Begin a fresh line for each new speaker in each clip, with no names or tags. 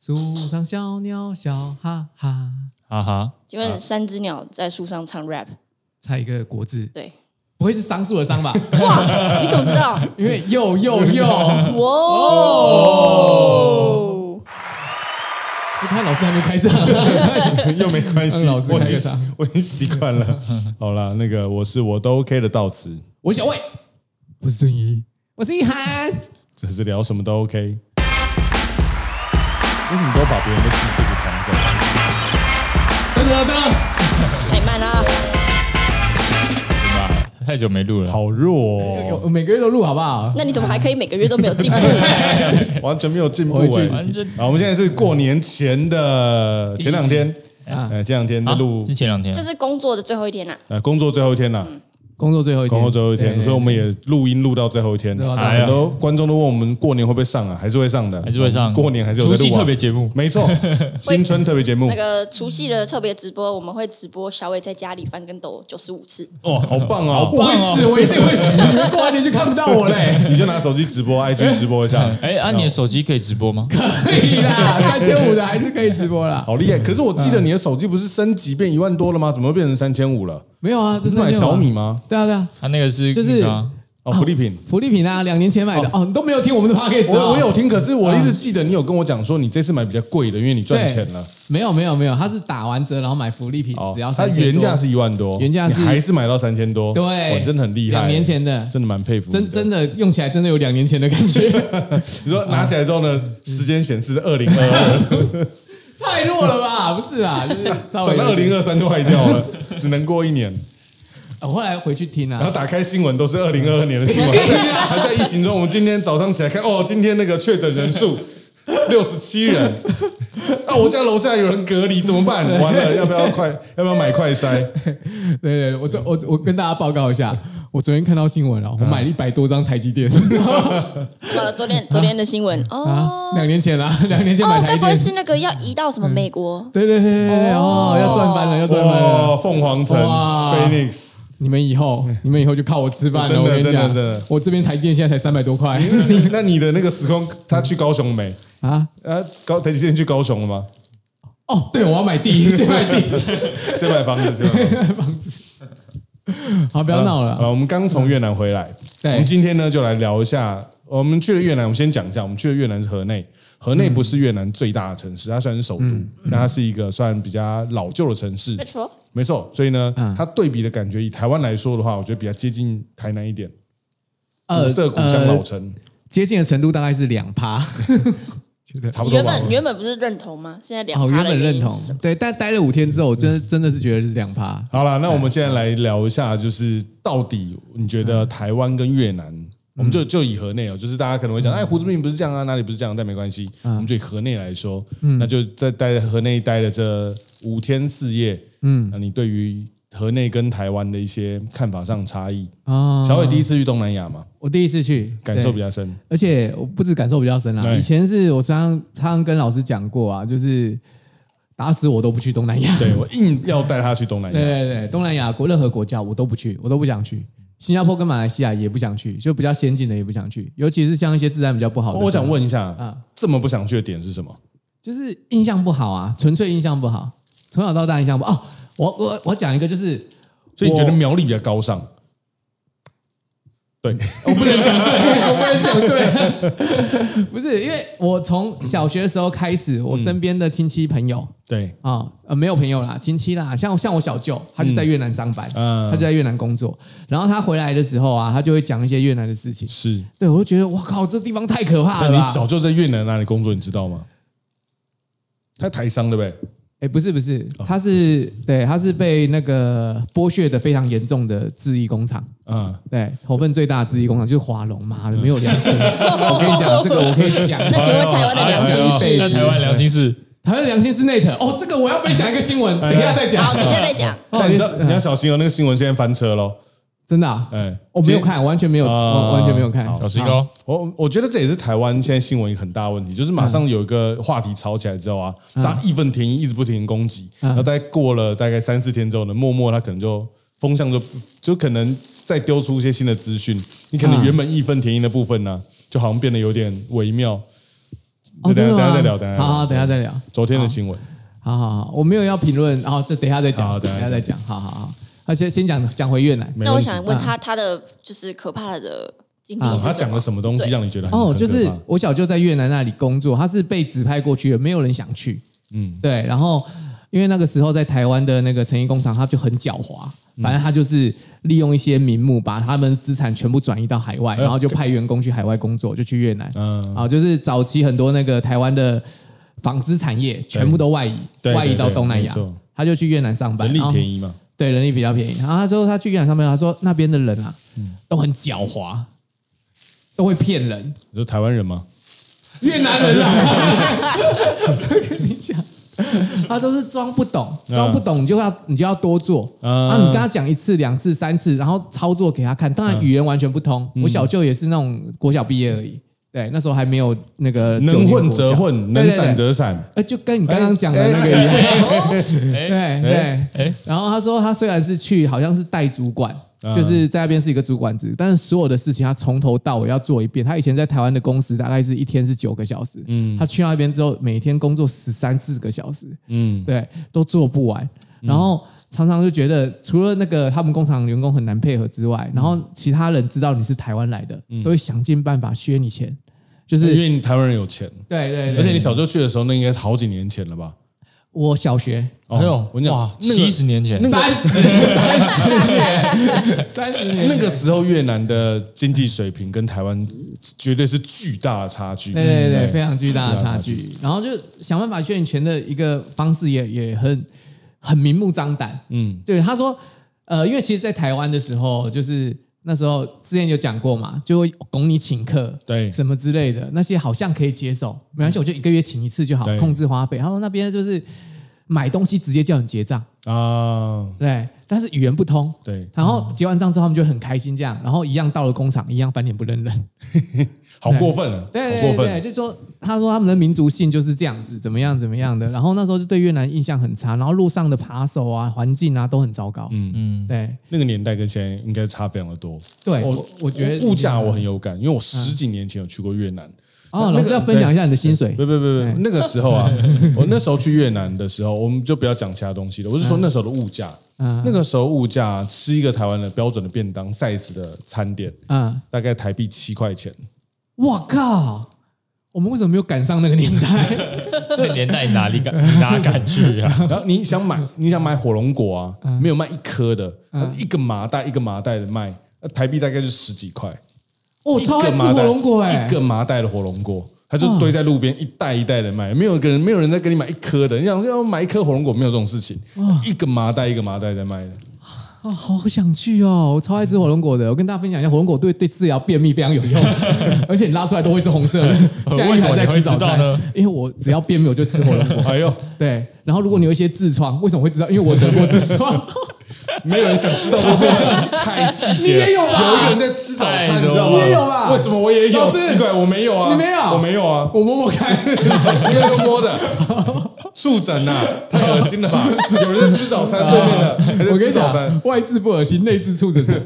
树上小鸟笑哈哈，
哈哈，
请问
啊
三只鸟在树上唱 rap？
猜一个国字，
对，
不会是桑树的桑吧？
哇，你怎么知道？
因为又又 又，
啊
哇
哦
哦！
你看老师还没开上，
又没关系，
老师
我已
开
经
场
我已经习惯了。好啦，那个我是我都 OK 的悼词，
我是小魏，我是郑怡，我是一涵，
只是聊什么都 OK。为什么都把别人的机智给抢走？
等等等，
太慢了，啊
对吧？太久没录了，
好弱
我
哦，
我每个月都录好不好？
那你怎么还可以每个月都没 有进步？
完全没有进步
我会
哎
去。
反正
好，我们现在是过年前的前两天，
啊
呃，前两天在录
啊是前两天
就，是工作的最后一天啊啦、
呃工作最后一天啦，
工作最后一天，
工作最后一天，
对
所以我们也录音录到最后一天。哎
对啊
很多观众都问我们过年会不会上啊？还是会上的，
还是会上
过年还是有
除
在录
夕
啊
特别节目，
没 错，新春特别节目
那个除夕的特别直播，我们会直播小伟在家里翻跟斗九十五次。
哦，好棒
我
哦！
会死，我一定会死，你们过完年就看不到我 嘞。
你就拿手机 直播，IG 直播一下，
哎，啊，你的手机可以直播吗？
可以啦，三千五的还是可以直播啦。
好厉害！可是我记
嗯
得你的手机不是升级变一万多了吗？怎么会变成三千五了？
没有啊，这
你是买
3500
小米？吗？
对啊对啊，
他那个是
就是
那个啊
哦，福利品。
福利品啊，两年前买的哦，你都没有听我们的 podcast 啊
我我有听，可是我一直记得你有跟我讲说你这次买比较贵的，因为你赚钱了。
没有没有没有，他是打完折然后买福利品
哦，，
嗯只要
它
三千多
原价是一万多，
原价是
你还是买到三千多，
对
哇你真的很厉害。
两年前的
真的蛮佩服你
真真
的。
的用起来真的有两年前的感觉，
你说拿起来之后呢，
嗯
时间显示二零二二，
太弱了吧？不是啦，就是稍微
转到二零二三都坏掉了，只能过一年。
我后来回去听
然后
啊，
打开新闻都是二零二二年的新闻，还在疫情中。我们今天早上起来看，哦，今天那个确诊人数六十七人，啊，我家楼下有人隔离怎么办？完了，要不要快？要不要买快筛？
对对，对我昨我我跟大家报告一下，我昨天看到新闻了，我买了一百多张台积电，
好了，昨天昨天的新闻、
啊
哦，
两年前啦，两年前买台
哦，
嗯
该
积
不会
电，
是那个要移到什么美国？
对对对对对，哦，要赚翻了，要赚翻了
哇，。凤凰城
哇
Phoenix。
你们以后，你们以后就靠我吃饭
真
了。
的
我跟你讲
真的真的，
我这边台积电现在才三百多块
那你那你的那个时空，他去高雄没？
啊！
啊，高台积电去高雄了吗？
哦，对，我要买地，先买地。
先买房子，先买房子。
好，不
不
要闹
啊好
了。
我们刚从越南回来，
对
我们今天呢就来聊一下，我们去了越南，我们先讲一下，我们去了越南是河内。河内不是越南最大的城市，它虽然是首都，
嗯
但它是一个算比较老旧的城市
没，错，
没错。所以呢
嗯，
它对比的感觉，以台湾来说的话，我觉得比较接近台南一点，古
呃
色古香老城，
接近的程度大概是两趴。
差不
你
多
原
吧。
本原本不是认同吗？现在两
哦，
趴
原
的
本
原
认
因
同
是什么？，
对，但待了五天之后，我
嗯
真真的是觉得是两趴。
好了，那我们现在来聊一下，就是到底你觉得台湾跟越南，
嗯
我们就就以河内哦，就是大家可能会讲，哎，胡志明不是这样啊，哪里不是这样，但没关系，
嗯
我们就以河内来说，那就在待在河内待了这五天四夜，嗯，那你对于河内跟台湾的一些看法上差异，
哦，
小伟第一次去东南亚嘛，
我第一次去，
感受
对
比较深，
而且我不止感受比较深啦，
对
以前是我常常常常跟老师讲过啊，就是打死我都不去东南亚。
对我硬要带他去东南
对
亚，
对对，东南亚国任何国家我都不去，我都不想去。新加坡跟马来西亚也不想去，就比较先进的也不想去，尤其是像一些治安比较不好的。
我想，问一下
啊，
这么不想去的点是什么？
就是印象不好啊，纯粹印象不好，从小到大印象不好。哦，我我我讲一个，就是
所以你觉得
我嗯
苗栗比较高尚？对，
我不能讲对，我不能讲对， 不是因为我从小学的时候开始，我身边的亲戚朋友，
对，
啊、呃，没有朋友啦，亲戚啦，像像我小舅，他就在越南上班，
嗯
他就在越南工作，然后他回来的时候啊，他就会讲一些越南的事情，
是。
对我就觉得哇靠，这地方太可怕
但
了啊吧
你小舅在越南哪里工作，你知道吗？他台商对不对？
哎，不是不是，
哦
他是、对，他是被那个剥削的非常严重的制衣工厂。
啊、
对，头份最大的制衣工厂就是华龙，妈的没有良 心！我跟你讲，这个我可以讲。
那请问台湾的良心
哎呦
是？
那台湾良心是
台湾良心是 Net 哦，这个我要分享一个新闻，等一下再讲。
好，等一下再讲。
哦
哎但你知
也
道
是
你要小心哦，那个新闻现在翻车喽。
真的、啊，
哎，
我没有
今天。
看，完全没有，
啊
我完全没有看。
好
小石膏，
我我觉得这也是台湾现在新闻一个很大的问题，就是马
嗯
上有一个话题吵起来之后啊，大家义愤填膺，一直不停地攻击。
嗯
然后大概过了大概三四天之后呢，默默他可能就风向就就可能再丢出一些新的资讯，你可能啊
嗯
原本义愤填膺的部分呢、就好像变得有点微妙。
哦，
等
真
一
的
下
吗？
等一下再聊，等一下再聊
好好，等一下再聊。
昨天的新闻，
好好好，我没有要评论，然后这等一下再讲，
好
等
等
一
一
下
下
再
再
讲。好好好，那先先讲讲回越南
没
那我
问题
想问他，他的就是可怕的经历
啊
是
哦
什么？
他讲了什么东西
对
让你觉得很
哦，就
嗯很
是
可怕
我小舅在越南那里工作，他是被指派过去的，没有人想去。
嗯
对，然后因为那个时候在台湾的那个成衣工厂，他就很狡猾，
嗯
反正他就是利用一些名目，把他们资产全部转移到海外，
呦
然后就派员工去海外工作，就去越南。
哎嗯
啊，就是早期很多那个台湾的呃纺织产业全部都外移，
对
外移到
对对
东南亚
没错，
他就去越南上班，
人力
然后
便宜嘛，
对，人力比较便宜。然后他之后他去越南上班，他说那边的人啊，
嗯
都很狡猾，都会骗人。
你说台湾人吗？
越南人啊，我跟你讲，他都是装不懂，装不懂你就要你就要多做。
嗯
啊，你跟他讲一次、两次、三次，然后操作给他看。当然
嗯
语言完全不通，我小舅也是那种国小毕业而已。对，那时候还没有那个九
能
年
混
呃国
则
教
混，哎
对
能
对对
闪则闪，
呃，就跟你刚刚讲的那个一样，
哦
对对
哎
对。然后他说，他虽然是去，好像是带主管，
嗯
就是在那边是一个主管职，但是所有的事情他从头到尾要做一遍。他以前在台湾的工时大概是一天是九个小时，嗯，他去那边之后，每天工作十三四个小时，
嗯，
对，都做不完。然后常常就觉得，除了那个他们工厂员工很难配合之外，然后
嗯
其他人知道你是台湾来的，都会想尽办法削你钱，就
因
是
为你台湾人有钱，
对对对，
而且你小时候去的时候，那应该是好几年前了吧？
我小学
哦
哎呦，
我跟你讲
哇，，
那个
七十年前，
三十三十年，三十年
那个时候越南的经济水平跟台湾绝对是巨大的差距，
对对对，
嗯
非常巨大的差
巨
距。然后就想办法炫权的一个方式也也很很明目张胆。
嗯
对，他说，呃，因为其实，在台湾的时候，就是那时候之前有讲过嘛，就会拱你请客，
对
什么之类的，那些好像可以接受，没关系，我就一个月请一次就好，
对
控制花费。然后那边就是买东西直接叫你结账，
啊，
对，但是语言不通，
对，
然后结完账之后，他们就很开心，这样，然后一样到了工厂，一样翻脸不认人。
好过分啊，
对
好
对
过
对，
分，
就说他说他们的民族性就是这样子，怎么样怎么样的。然后那时候就对越南印象很差，然后路上的扒手啊、环境啊都很糟糕。嗯嗯，对
那个年代跟现在应该差非常的多。
对，
我
我我觉得嗯
物价我很有感，因为我十几年前有去过越南。
哦，老
那个
师要分享一下你的薪水
不不不
哎
不，那个时 候啊，我那时候去越南的时候，我们就不要讲其他东西了，我是说那时候的物价，
嗯
那个时候物价吃一个台湾的标准的便当 size 的餐点，
啊！
大概台币七 块钱。
我靠，我们为什么没有赶上那个年代？
这年代哪里敢你哪敢去 啊？
然后你想买，你想买火龙果啊，
嗯
没有卖一颗的，它是一个麻袋一个麻袋的卖，那台币大概就十几块。
哦我
一
超
个
爱吃
麻
火
袋
龙果哎嗯
一，个麻袋的火龙果，它就堆在路边一袋一袋的卖，没有一个人没有人在给你买一颗的，你想要买一颗火龙果没有这种事情，一个麻袋一个麻袋在卖的，
哦，好想去哦！我超爱吃火龙果的。我跟大家分享一下，火龙果对对治疗便秘非常有用，而且你拉出来都会是红色的。下一
为什
场
么
再
你
吃
会
早
知道
餐
呢？
因为我只要便秘我就吃火龙果。
哎呦，
对，然后如果你有一些痔疮，为什么会知道？因为我得过痔疮。
没有人想知道这个太细节 了。
你也有吧哎
有一个人在吃早餐，
太
你知道
多
吗？
了你也
有吧
为什么我也
老
有？
师
奇怪，我没有啊，
你没有
我没有啊，
我摸摸 看，
因为都摸 的。触诊呐，太恶心了吧！有人在吃早餐，对面的还在
我跟
吃
你
早餐，
讲，外痔不恶心，内痔触诊是。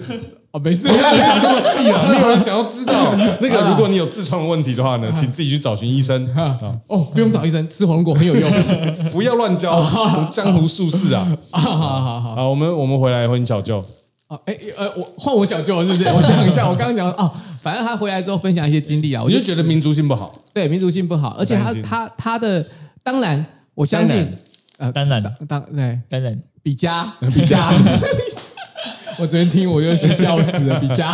哦，没事，
不要讲这么细啊，没有人想要知道。那
啊
个，如果你有痔疮的问题的话呢，请自己去找寻医生啊，
哦，不用找医生，吃火龙果很有用。
不要乱教什么江湖术士啊。
啊，好好好，
好，我们我们回来婚小舅，
哦，哎呃，我换我小舅是不 是？我想一下，我刚刚讲哦，反正他回来之后分享一些经历啊，我
我
就
就觉得民族性不好，
对民族性不好，而且他
担心
他他的当然我相信
当然，
呃
当然
当当对
当然，
比嘉比嘉， 我昨天听我就笑死了，比 嘉。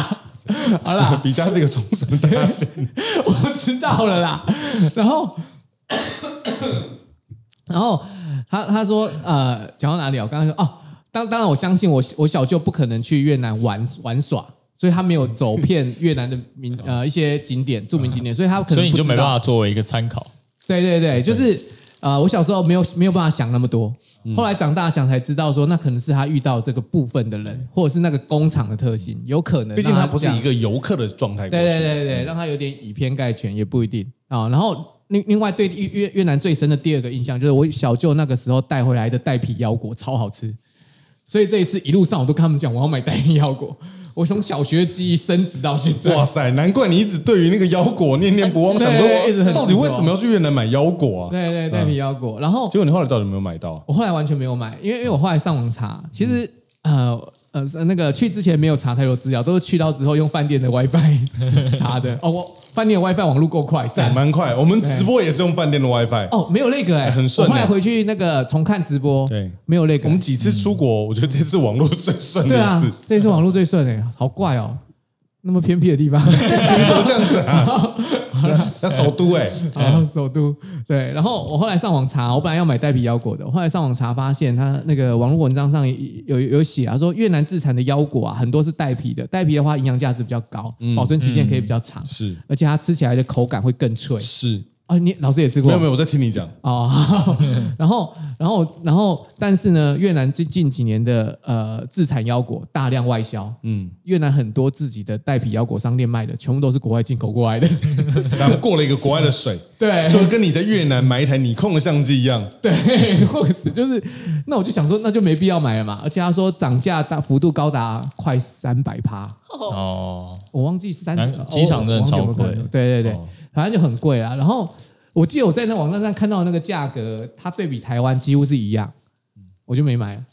好啦，
比嘉是一个冲绳大学，
我知道了啦。然后， 然后他他说呃，讲到哪里啊？我刚刚说哦，当当然我相信我我小舅不可能去越南玩玩耍。所以他没有走遍越南的名呃一些景点著名景点，所以他可能
哦所以你就
不
没
知
办
道
法作为一个参考。
对对对，就是呃，我小时候没有没有办法想那么多，
嗯
后来长大想才知道说，那可能是他遇到这个部分的人，或者是那个工厂的特性，有可能。
毕竟
他
他不是
这样
一个游客的状态过
对对
去。
对对，让他有点以偏概全也不一定啊、然后另另外对越越越南最深的第二个印象就是我小舅那个时候带回来的带皮腰果超好吃，所以这一次一路上我都跟他们讲我要买带皮腰果，我从小学记忆升值到现在。
哇塞，难怪你一直对于那个腰果念念不忘，
嗯
想
对一直
说
很
到底为什么要去越南买腰果啊？
对对，带皮腰果。然后
结果你后来到底有没有买到？
我后来完全没有买，因为因为我后来上网查，其实呃呃是那个去之前没有查太多资料，都是去到之后用饭店的 WiFi 查的。哦，我饭店的 WiFi 网络够快，
哎
赞。
蛮快，我们直播也是用饭店的 WiFi。
哦，没有那个哎、
哎很顺
我后来
哎
回去那个重看直播，
对
没有那个。
我们几次出国，我觉得这次网络最顺的
对
一
啊
次。，
这次网络最顺哎、好怪哦，那么偏僻的地 方。
你怎么这样子啊？ 那首都哎，
啊，首都对。然后我后来上网查，我本来要买带皮腰果的，我后来上网查发现，它那个网络文章上有有有写啊，说越南自产的腰果啊，很多是带皮的，带皮的话营养价值比较高，
嗯
保存期限可以比较长，
是
而且它吃起来的口感会更脆
是，
啊。你老师也吃过？
没有没有，我在听你讲。
哦， 然后，然后，然后，但是呢，越南最近几年的呃自产腰果大量外销，
嗯，
越南很多自己的带皮腰果商店卖的，全部都是国外进口过来的。
然后过了一个国外的水，
对，
就跟你在越南买一台你控的相机一样。
对，或者是就是，那我就想说，那就没必要买了嘛。而且他说涨价大幅度高达快三百趴，
哦，
哦，
我忘记三哦
南机场真的超贵
对对对
哦，
反正就很贵啊。然后我记得我在那网站上看到那个价格，它对比台湾几乎是一样，我就没买了。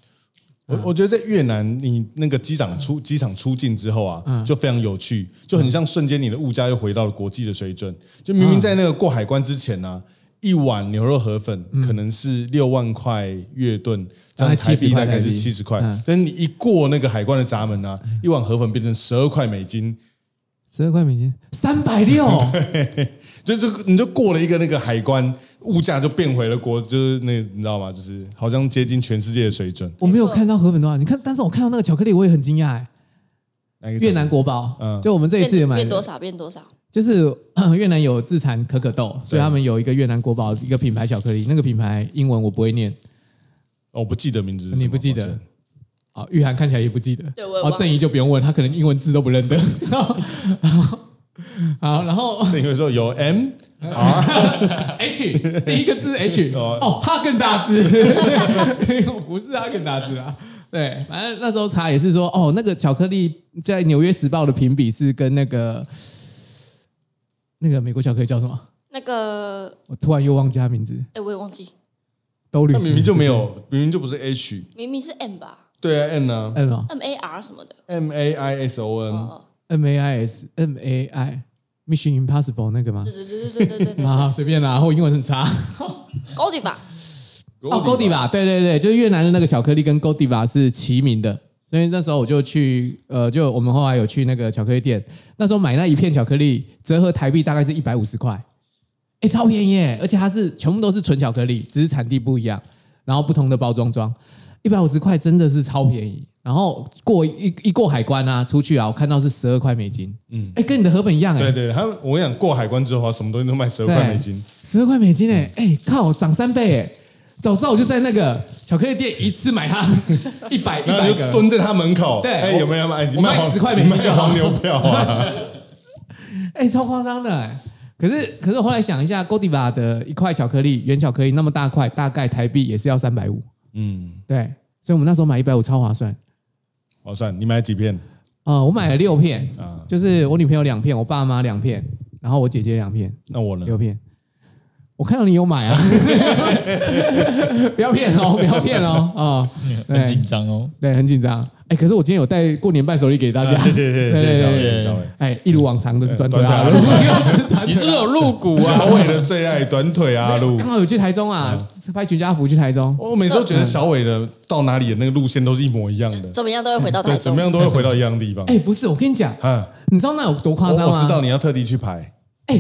我
嗯
我觉得在越南，你那个机场出机场出境之后
嗯
啊，就非常有趣，就很像瞬间你的物价又回到了国际的水准。就明明在那个过海关之前呢、
嗯
一碗牛肉河粉可能是六万块越盾，这样台币大概是七十块
嗯，
但是你一过那个海关的闸门啊，一碗河粉变成十二块美金，
十二块美金，三百六，
就就你就过了一个那个海关，物价就变回了国，就是那你知道吗？就是好像接近全世界的水准。
我没有看到河粉多少。你看，但是我看到那个巧克力，我也很惊讶、哎
那个
越南国宝，
嗯
就我们这一次也
变
买
变
了
多少变多少，
就是呃越南有自产可可豆，所以他们有一个越南国宝一个品牌巧克力，那个品牌英文我不会念
哦我不记得名字是什么，
你不记得
抱歉
啊，玉涵看起来也不记得，
对我也
啊
忘了
郑怡就不用问，他可能英文字都不认得。 好，然后
这个时候有 M
H 第一个 字 H
哦
哦，哈根达斯， 不是哈根达斯啊。对，反正那时候查也是说，哦，那个巧克力在《纽约时报》的评比是跟那个那个美国巧克力叫什么？
那个
我突然又忘记他名字，
哎、我也忘记，
都律
那
师
明明就没有，明明就不是 H，
明明是 M 吧
对啊，N 啊
嗯哦
，M A R 什么的，
，M A I S O
哦
N，
哦，
M A I S M A I Mission Impossible 那个吗
对？对对对对对对对，
啊，随便啦，我英文很差。
高迪吧，
哦 g o d i v a 对对对，就是越南的那个巧克力跟 g o d i v a 是齐名的，所以那时候我就去，呃，就我们后来有去那个巧克力店，那时候买那一片巧克力折合台币大概是一百五十块，哎，超便宜耶，而且它是全部都是纯巧克力，只是产地不一样，然后不同的包装装，一百五十块真的是超便宜。然后过一一过海关啊，出去啊，我看到是十二块美金，嗯，哎，跟你的河本一样哎
对，对，他们我跟你讲过海关之后啊，什么东西都卖十二块美金，嗯
十二块美金哎、哎、靠，涨三倍哎、早知道我就在那个巧克力店一次买 它一百哎一
然后
百
你就
个，
蹲在他门口，
对
哎，
我
有没有要买？你
我卖
黄
10块美金
你卖
就好
黄牛票 啊，
哎、超夸张的、哎可是可是我后来想一下，Godiva 的一块巧克力原巧克力那么大块，大概台币也是要三百五，
嗯，
对，所以我们那时候买一百五超划算。
划算，你买几片
呃，我买了六片，
啊？
就是我女朋友两片，我爸妈两片，然后我姐姐两片，
那我呢？
六片。我看到你有买啊， 不要骗哦，不要骗哦，啊、哦，
很
对
紧张哦。
对，很紧张。哎，可是我今天有带过年伴手礼给大家
啊，谢谢谢
对
谢谢
对
谢
对
小
对
伟，小伟，
哎，一如往常的是啊短腿
短腿
阿
阿
鲁，
鲁
又是短
你是
腿
不是
阿
有
鲁。
入股
小
啊？
伟的最爱短腿阿路
刚。好有去台中啊，
嗯
拍全家福去台中。
我每次都
嗯
觉得小伟的到哪里的那个路线都是一模一样的，
怎么样都会回到
对，
台
怎
中
么，样都会回到一样的地方。
哎，不是，我跟你讲，
啊，
你知道那有多
我
夸张吗？啊
哦我知道。你要特地去排，
哎，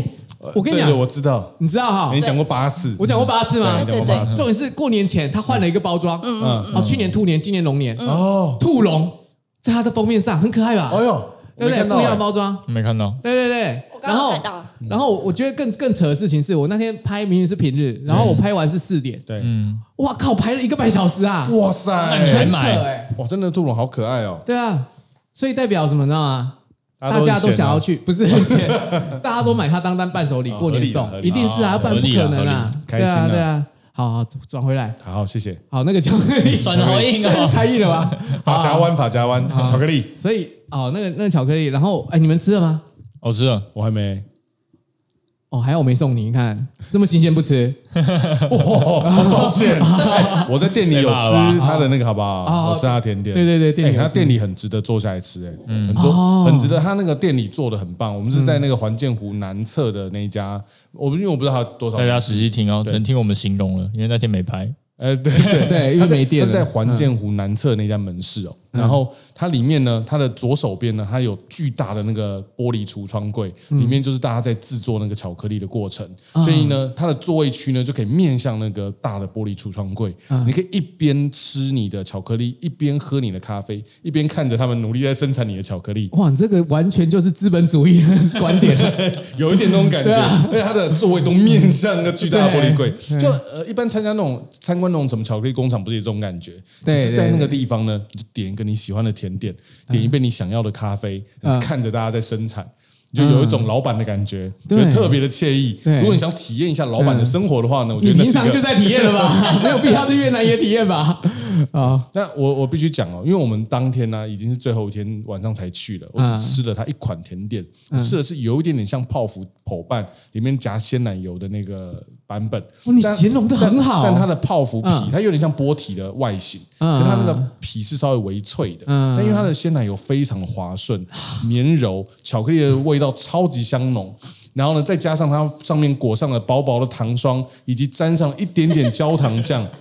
我跟你
呃对
讲
对，我知道，
你知道哈
你？讲过八次，
我讲过八次吗
对？讲过八次，
重点是过年前他换了一个包装，嗯
嗯，
哦，去年兔年，今年龙年，
哦，
兔龙在它的封面上很可爱吧？
哎呦，
对不
没
对？
看到
不一样的
哎，
包装，
没看到，
对对对
我。刚
然
刚
后
看到
然后我觉得更更扯的事情是我那天拍明明是平日，然后
嗯
我拍完是四点，
对，
嗯，
哇靠，排了一个半小时啊！
哇
那你
很
还
塞，
扯
买
哎、
哇，真的兔龙好可爱哦，
对啊，所以代表什么你知道吗？大
很
家都
闲啊
想要，去，不 是很闲，大家都买它当当伴手礼，
哦
过年送
合理啊合，理
一定是啊，
哦
不然不可能啊，
合理啊合理
对啊
开心啊
对啊。好好转回来，
好，谢谢。
好，那个巧克 力
转得好硬哦
太硬了吧？
法夹湾，法夹湾，
啊
巧克力，
所以哦，那个那个巧克力，然后哎，你们吃了吗？
我吃了，
我还 没。
哦，还好我没送你，你看这么新鲜不吃
哦，好抱歉，
啊
哎我在店里有
被骂了
吃他的那个，好不
哦
好？我吃他的甜点，
对对对店里
哎
有
他
吃哦
店里很值得坐下来吃，哎，
嗯
很多很值得。他那个店里做的很棒，我们是
嗯
在那个环建湖南侧的那一家，我因为我不知道他多少
大
年，
家实际听哦，只
对
能听我们形容了，因为那天没拍。
呃，对对
对因为
它在
没电了
它是在环建湖南侧那家门市哦。然后它里面呢，它的左手边呢，它有巨大的那个玻璃橱窗柜，里面就是大家在制作那个巧克力的过程。所以呢，它的座位区呢就可以面向那个大的玻璃橱窗柜，你可以一边吃你的巧克力，一边喝你的咖啡，一边看着他们努力在生产你的巧克力。
哇，你这个完全就是资本主义的观 点，
有一点那种感觉，
啊
因为它的座位都面向那个巨大的玻璃柜。就呃，一般参加那种参观那种什么巧克力工厂，不是有这种感觉？
对
只是在
对
那个地方呢，你就点一个你喜欢的甜点，点一杯你想要的咖啡，
嗯
你就看着大家在生产。你就有一种老板的感觉，觉
对
得特别的惬意。
对
如果你想体验一下老板的生活的话呢，我觉
你
得那
平
是
常
一
就
个。
在体验了吧？没有必要在越南也体验吧？ 啊，
那我我必须讲哦，因为我们当天呢、已经是最后一天晚上才去的，我只
嗯
吃了它一款甜点，我吃的是有一点点像泡芙口拌，里面夹鲜奶油的那个版本。
哦你
但
形容得
但
很好
但它的泡芙皮
嗯，
它有点像波体的外形，
嗯
可它那个皮是稍微微脆的，
嗯
但因为它的鲜奶油非常滑顺、绵柔，巧克力的味道超级香浓。 然后呢，再加上它上面裹上了薄薄的糖霜，以及沾上一点点焦糖酱。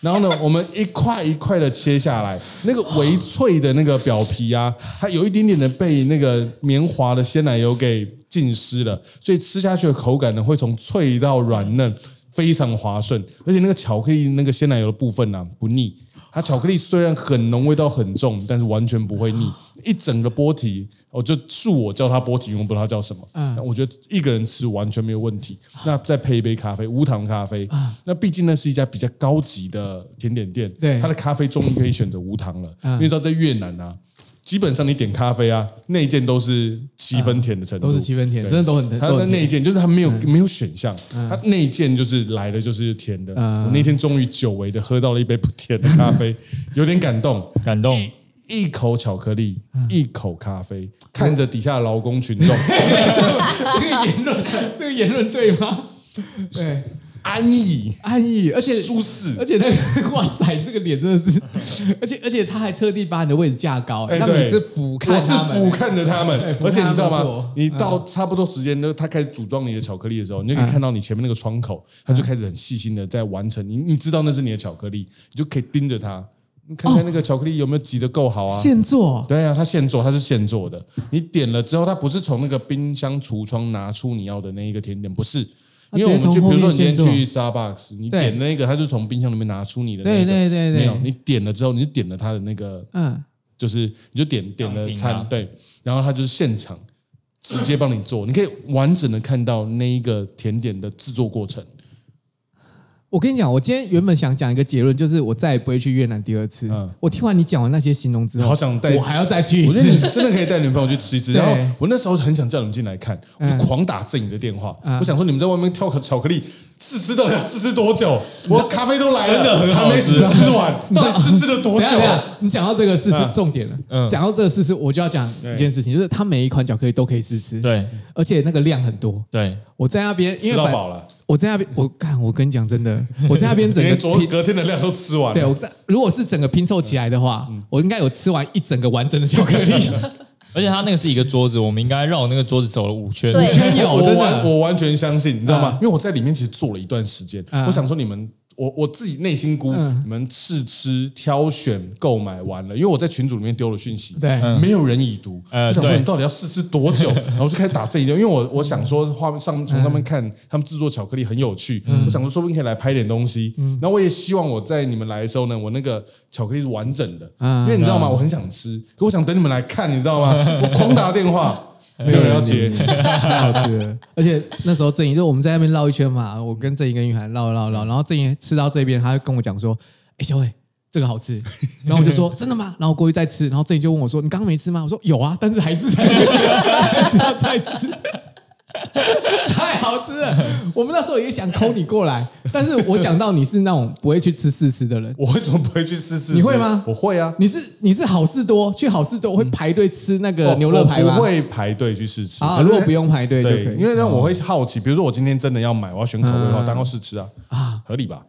然后呢，我们一块一块的切下来，那个微脆的那个表皮啊，它有一点点的被那个绵滑的鲜奶油给浸湿了，所以吃下去的口感呢，会从脆到软嫩，非常滑顺，而且那个巧克力那个鲜奶油的部分呢、啊不腻。它巧克力虽然很浓，味道很重，但是完全不会腻。一整个波提，我就恕我叫它波提，因为我不知道它叫什么。嗯，我觉得一个人吃完全没有问题。那再配一杯咖啡，无糖咖啡。那毕竟那是一家比较高级的甜点店，
对
它的咖啡终于可以选择无糖了。因为你知道在越南啊，基本上你点咖啡啊，内件都是七分甜的程度，
都是七分甜，
对
真的都很
它
都
的
很
内
甜嗯
件就是它没有、没有选项，它内件就是来的就是甜的。
嗯
我那天终于久违的喝到了一杯不甜的 咖啡，有点感动。
感动，
一一口巧克力，
嗯
一口咖啡，看着底下的劳工 群众
这个言论，这个言论对吗？对，
安逸，
安逸，而且
舒适
而。且那个 哇塞，这个脸真的是，而且而且他还特地哦把你的位置架高，
哎
他
对
们是俯
我
瞰
是
他们，哎
俯瞰着他们
对，俯瞰
而且你知道
他们做嗯
吗？你到差不多时间，呢，他开始组装你的巧克力的时候，你就可以看到你前面那个窗口，他
嗯
就开始很细心的在完成。你你知道那是你的巧克力，你就可以盯着它，你看看那个巧克力有没有挤得够好啊。
哦现做，
对啊，它现做，它是现做的。你点了之后，它不是从那个冰箱橱窗拿出你要的那一个甜点，不是。
它
因为我们
哦直接
去，
从
比
后面
如说你今天
现做
去 Starbucks，你
对
点那个，它就从冰箱里面拿出你的、那个。
对对对对
没有，你点了之后，你就点了它的那个，
嗯，
就是你就点点了餐，
糖
对，然后它就是现场直接帮你做，你可以完整的看到那一个甜点的制作过程。
我跟你讲，我今天原本想讲一个结论，就是我再也不会去越南第二次。
嗯
我听完你讲完那些形容之后，
好想带
我还要再去一
我觉得你
次。
真的可以带女朋友去吃一 吃。
对嗯
然后我那时候很想叫你们进来看，我就狂打正颖的电话，我想说你们在外面跳巧克力试吃到底要试吃多久？我咖啡都来了，
真的很好
还没
吃
试吃 完，到底试吃了多
等
久
一下，等一下，你讲到这个事是
嗯
重点了。讲到这个事是，我就要讲一件事情，就是它每一款巧克力都可以试吃，，
对
而且那个量很多。
对，
我在那边，因
吃
为
到
反
饱了，
我在那边，我看，我跟你讲真的，我在那边 整个
连昨
拼，
隔天的量都吃完
对
了。
我在如果是整个拼凑起来的话，我应该有吃完一整个完整的巧克力。
而且他那个是一个桌子，我们应该绕那个桌子走了五圈。
对
圈有
我
真的
完我完全相信，你知道吗
嗯？
因为我在里面其实做了一段时间，
嗯
我想说你们。我我自己内心估，
嗯
你们试吃、挑选、购买完了，因为我在群组里面丢了讯息，嗯
对，嗯
没有人已读。
呃
我想说
对
你到底要试吃 多久？然后就开始打这一段，因为我我想说画面上从
嗯
上面看他们制作巧克力很有趣，我想说说不定可以来拍点东西。
嗯
然后我也希望我在你们来的时候呢，我那个巧克力是完整的，
嗯
因为你知道吗？我很想吃，可我想等你们来看，你知道吗？我狂打电 话，没有人要接。
太好吃了。而且那时候郑怡就我们在那边绕一圈嘛，我跟郑怡跟玉涵绕绕绕，然后郑怡吃到这边，他就跟我讲说：“哎、小伟，这个好吃。” 然后我就说：“真的吗？”然后我过去再吃，然后郑怡就问我说：“你刚刚没吃吗？”我说：“有啊，但是还是 还是要再吃。”太好吃了。我们那时候也想抠你过来，但是我想到你是那种不会去吃试吃的人，
我为什么不会去试试？
你会吗
我会啊，
你是你是好事多，去好事多会排队吃那
我
个呃牛肋排
哦我
吗？
不会排队去试吃
啊，
可是
如果不用排队就
对
可，以哦
因。为让我会好奇，比如说我今天真的要买，我要选口味的话，
嗯
当做试吃啊，合理吧？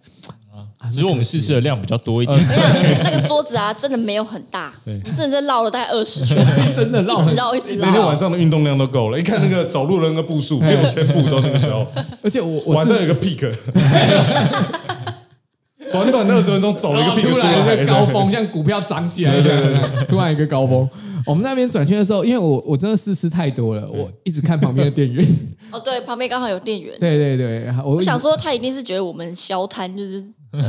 只是我们试吃的量比较多一点，
我想那个桌子啊，真的没有很大，真的是绕了大概二十圈，
真的绕
一直绕一直
每天晚
绕。
上的运动量都够了，一看那个走路的那个步数，六千步都那个时候，
而且我我
晚
是
上有一个 peak，短短二十分钟走了一
然
个
后
peak
突
出
然一
来，哎
个高峰，像股票涨起来一样，突然一个高峰。我们那边转圈的时候，因为我我真的试吃太多了，我一直看旁边的店 员。
哦，对，旁边刚好有店员。
对对对，我
我
一直
想说，他一定是觉得我们消摊就是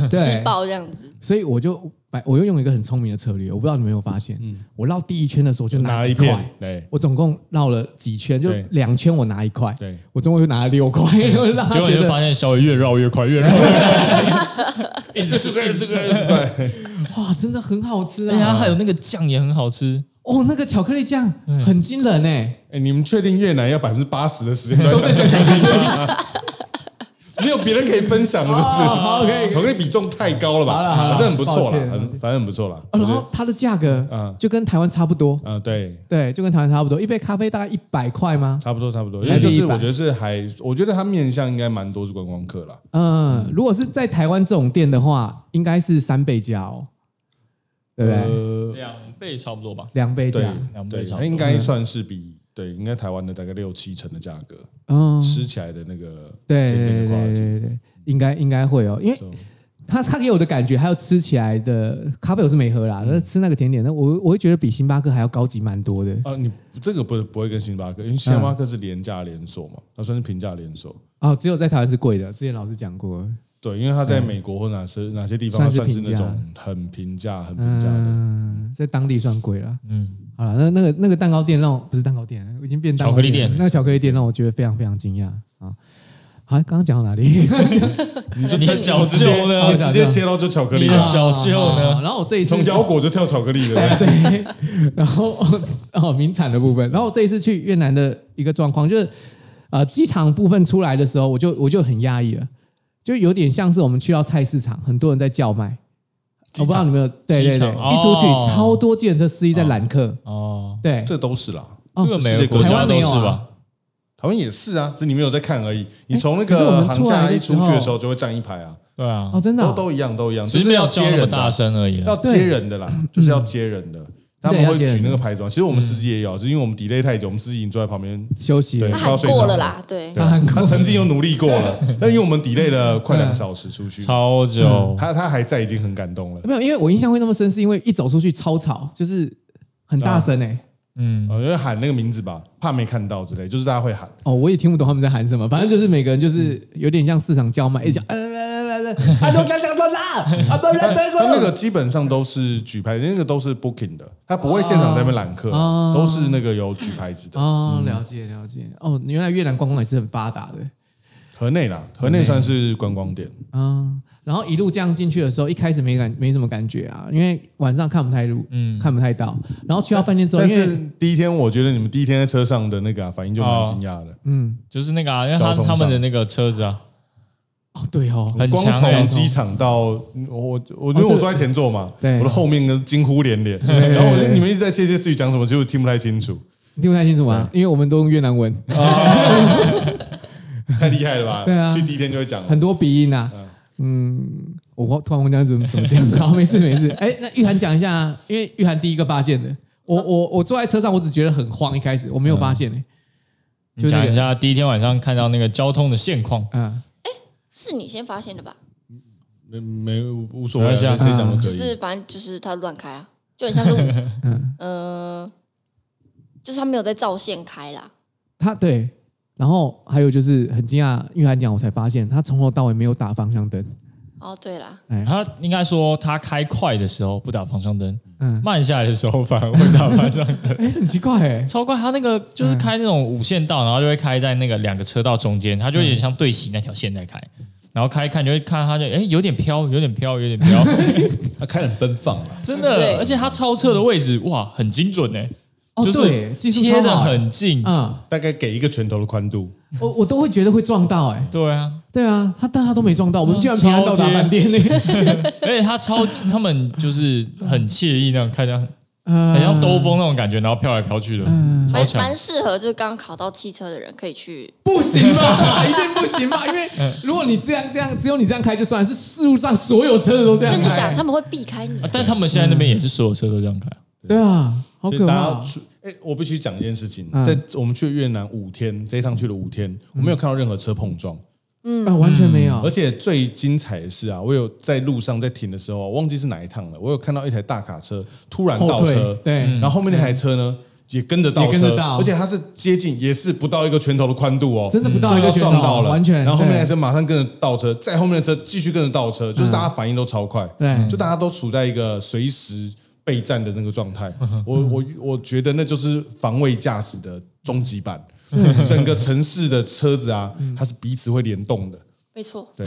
对
气爆这样子，
所以我就买，我又用一个很聪明的策略，我不知道你们有没有发现，我绕第一圈的时候就
嗯拿
拿
了一
块
片，，对
我总共绕了几圈，就
对
两圈我拿一块，
对，
我总共就拿了六块， 就让他
结果你
觉
就发
得
现稍微越绕越快，越绕越快。
一直吃个吃个吃个，
哇，真的很好吃
哎呀，
啊！
还有那个酱也很好吃，
哦，那个巧克力酱很惊人哎，
哎，你们确定越南要百分之八十的时间都
都
在
是巧克力
没有别人可以分享是
哦
不
好，OK，
是？巧克力比重太高了吧？
好了好了
反正很不错
抱
啦，
歉
很
抱歉
反正很不错啦。
哦然后它的价格
嗯
就跟台湾差不多，
啊，对，
对，就跟台湾差不多，一杯咖啡大概一百块吗？
差不多差不多，
台币
因为就是
100
我觉得是还，我觉得它面向应该蛮多是观光客啦。
嗯，如果是在台湾这种店的话，应该是三倍价哦，对不对？
呃，
两倍差不多吧。
两倍价
对，
两倍
对，
差不多
它应该算是比对，应该台湾的大概六七成的价格，
嗯，
吃起来的那个
对对
甜点的
对
quality。
对对，应该应该会哦，因为
就
它它给我的感觉，还有吃起来的咖啡我是没喝
嗯
啦，但是吃那个甜点，那我我会觉得比星巴克还要高级蛮多的
啊，你这个不不会跟星巴克，因为星巴
嗯
克是廉价连锁嘛，它算是平价连锁。
哦，只有在台湾是贵的，之前老师讲过，
对，因为它在美国或哪些哪些地方，它
嗯算
算
是
是
平价
那种很平价、很平价的。
嗯，在当地算贵了。
嗯，
好了，那那个那个蛋糕店让我不是蛋糕店，已经变蛋糕
巧克力店
了那个巧克力店让我觉得非常非常惊讶啊！好，刚刚讲到哪 里？
你就
你
直
小
直接
舅呢
你直接切到就巧克力
你的
了，
小舅呢
哦好然后我这一次
从腰果就跳巧克力了。
对， 然后 哦哦，名产的部分，然后我这一次去越南的一个状况就是，呃，机场部分出来的时候，我就我就很压抑了，就有点像是我们去到菜市场，很多人在叫卖，我不知道你们有对对对，
机场哦
一出去超多计程车司机在揽客，
哦，
对，
这都是啦，
哦
这个每
世
个
界各
国
地
家都
台湾没
是
有
吧
啊？
台湾也是啊，只是你没有在看而已。你从那
可是我
个
们
航
出来
厦
的
一
时
出去的
候
时候，就会站一排啊，
对啊
哦，，真的
都
哦、
都一样，都一样，
只
就是是
没有
要
叫
接
那么
人的
大
啊，
声而已啦。
要接人的啦，就是要接人的。他们
嗯对要
会
接人
举那
的
个牌子嘛，其实我们司机也有，只是因为我们 delay 太久，我们司机已经坐在旁边。
休息
对
他
了，
喊过了啦，对，
他很嗯
他曾经有努力 过了，但因为我们 delay 了快两小时出去，
超久，
他他还在，已经很感动了。
没有，因为我印象会那么深，是因为一走出去超吵，就是很大声哎、
嗯，
呃，因为喊那个名字吧，怕没看到之类，就是大家会喊。
哦，我也听不懂他们在喊什么，反正就是每个人就是有点像市场叫卖，一直啊啦啦啦啦，啊都啦啦啦啦，啊都啦啦
他那
啦
个
啦。
基本上都是举牌，那个都是 booking 的，他不会现场在那边揽客
哦，
都是那个有举牌子的。
哦，了解了解。哦，原来越南观光也是很发达的。
河内啦，河内算是观光点，
嗯，然后一路这样进去的时候，一开始没感没什么感觉啊，因为晚上看不太路，嗯，看不太到。然后去到饭店之后，
但
因
是
为
第一天我觉得你们第一天在车上的那个、啊、反应就蛮惊讶的，
嗯，
就是那个啊，因为他
交通
他
上
们的那个车子啊，
哦对哦，
很
光
强欸
从机场到我我因为
这
我坐在前座嘛，
对
我的后面跟惊呼连连，
对
然后我觉得你们一直在窃窃私语讲什么，其实我听不太 清楚，
你听不太清楚吗？因为我们都用越南文，
太厉害了吧？
对啊
去第一天就会讲了，
很多鼻音啊。嗯，我突然忘记怎么怎么讲，好，没事没事。 哎，那玉涵讲一下啊，因为玉涵第一个发现的，我我我坐在车上，我只觉得很慌，一开始我没有发现欸呢。
你
就那
讲
个
一下第一天晚上看到那个交通的现况。
嗯，
是你先发现的吧？
没没无所谓啊，
没关系啊
谁讲都可
就
以。嗯
是反正就是他乱开啊，就很像 是我，呃，就是他没有在照线开啦。
他对，然后还有就是很惊讶，玉涵讲我才发现他从头到尾没有打方向灯，
哦，对啦，
他应该说他开快的时候不打方向灯，
嗯，
慢下来的时候反而会打方向 灯，
哎，很奇怪哎，
超快。他那个就是开那种五线道，然后就会开在那个两个车道中间，他就有点像对齐那条线在开。然后开一看就会看他就哎有点飘，有点飘，有点 飘，
他开得很奔放了，啊
真的
对，
而且他超车的位置哇很精准呢、
哦，
就是
对，技术
贴
超
的
好
很近。
嗯，
大概给一个拳头的宽度，
我我都会觉得会撞到哎、
对啊，
对啊，他但他都没撞到，我们
嗯
居然平安到达
超
饭店呢、
而且他超，他们就是很惬意那种，看起来很
嗯，
很像兜风那种感觉，然后飘来飘去的，超
蛮
强。
蛮适合，就是刚考到汽车的人可以去。
不行 吧？一定不行
嗯
吧？因为如果你这样这样，只有你这样开就算了，是事路上所有车子都这样
因为
开。
你想，他们会避开你
啊，但他们现在那边也是所有车都这样开，
对啊，好
所以
可
大
怕
家
哦。
去，哎，我必须讲一件事情，
嗯
在我们去越南五天，这一趟去了五天，我没有看到任何车碰撞，
啊，完全没有
而。且最精彩的是啊，我有在路上在停的时候啊，我忘记是哪一趟了，我有看到一台大卡车突然倒
后退
车，
对
然后后面那台车呢也跟着倒
也跟
车
着，倒
而且它是接近也是不到一个拳头的宽度哦，
真的不到
就
一个
要
拳头
撞到了，
完全
然后后面
对嗯
那台车马上跟着倒车，再后面的车继续跟着倒车，就是大家反应都超快，
对
就大家都处在一个随时备战的那个状态。
嗯
我我我觉得那就是防卫驾驶的终极 版。整个城市的车子啊，
嗯
它是彼此会联动的，
没错，
对，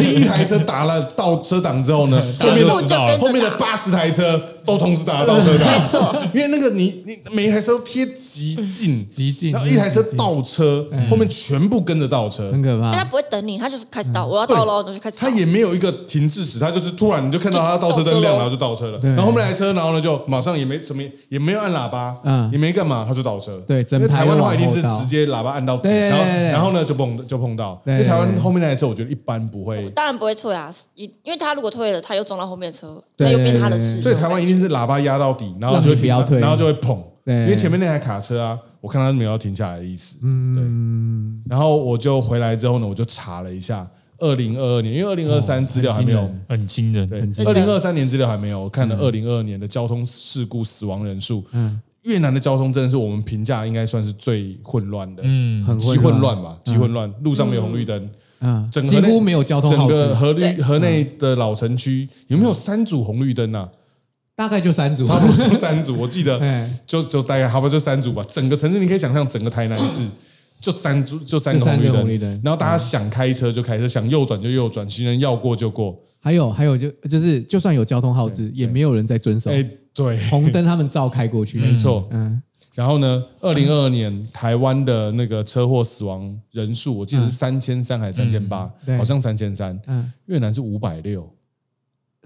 第一台车打了倒车档 之后呢，后面
全
的
部就跟
后面
着
的
打。
八十台车都同时打了倒车档，
没错，
因为那个你你每一台车都贴极近，
啊
极近
然后一台车倒车，嗯后面全部跟着倒车
很。可怕
但他。不会等你，他就是开始倒，我要到喽，那就开始倒
嗯他。也没有一个停滞时，他就是突然你就看到他倒车灯亮，然后就倒车了。
对
然后后面那台车，然后呢就马上也没什么，也没有按喇叭，
嗯
也没干嘛，他就倒车。
对整
因为
排
台湾的话
往
一
后
定是
倒
直接喇叭按到底，
对对对
然后
对对
然后呢就碰就碰到。因为
对对
台湾
对
后面那台车，我觉得一般不会
当然不会退啊，因因为他如果退了，他又撞到后面的车，
对
那又变他的事。
所以台湾一定是喇叭压到底，然后就会停
让你不要退
然后就会砰。
对
因为前面那台卡车啊，我看他没有要停下来的意思。嗯，对。然后我就回来之后呢，我就查了一下二零二二年，因为二零二三资料还没有。
很惊人，
对，
很惊人
二零二三年资料还没有，我看了二零二二年的交通事故死亡人数。嗯，越南的交通真的是我们评价应该算是最混乱的，
嗯，
很
极
混乱
混乱吧，极混乱，路上没有红绿灯，
嗯，
整个
几
那
乎没有交通
整
号
个
志，
河绿
对
河内的老城区有没有三组红绿灯啊？
大概就三组。
差不多就三组，我记得
哎，
就就大概好吧，就三组吧。整个城市你可以想象，整个台南市就三组，就三个
就三个
红
红
绿
绿
灯
灯，嗯
然后大家想开车就开车，想右转就右转，行人要过就过。
还有还有就就是，就算有交通号志，也没有人在遵守。
哎，对，
红灯他们照开过去，
没错。
嗯，
然后呢，二零二二年台湾的那个车祸死亡人数，我记得是三千三还是三千八，
嗯对
好像三千三。
嗯，
越南是五百六，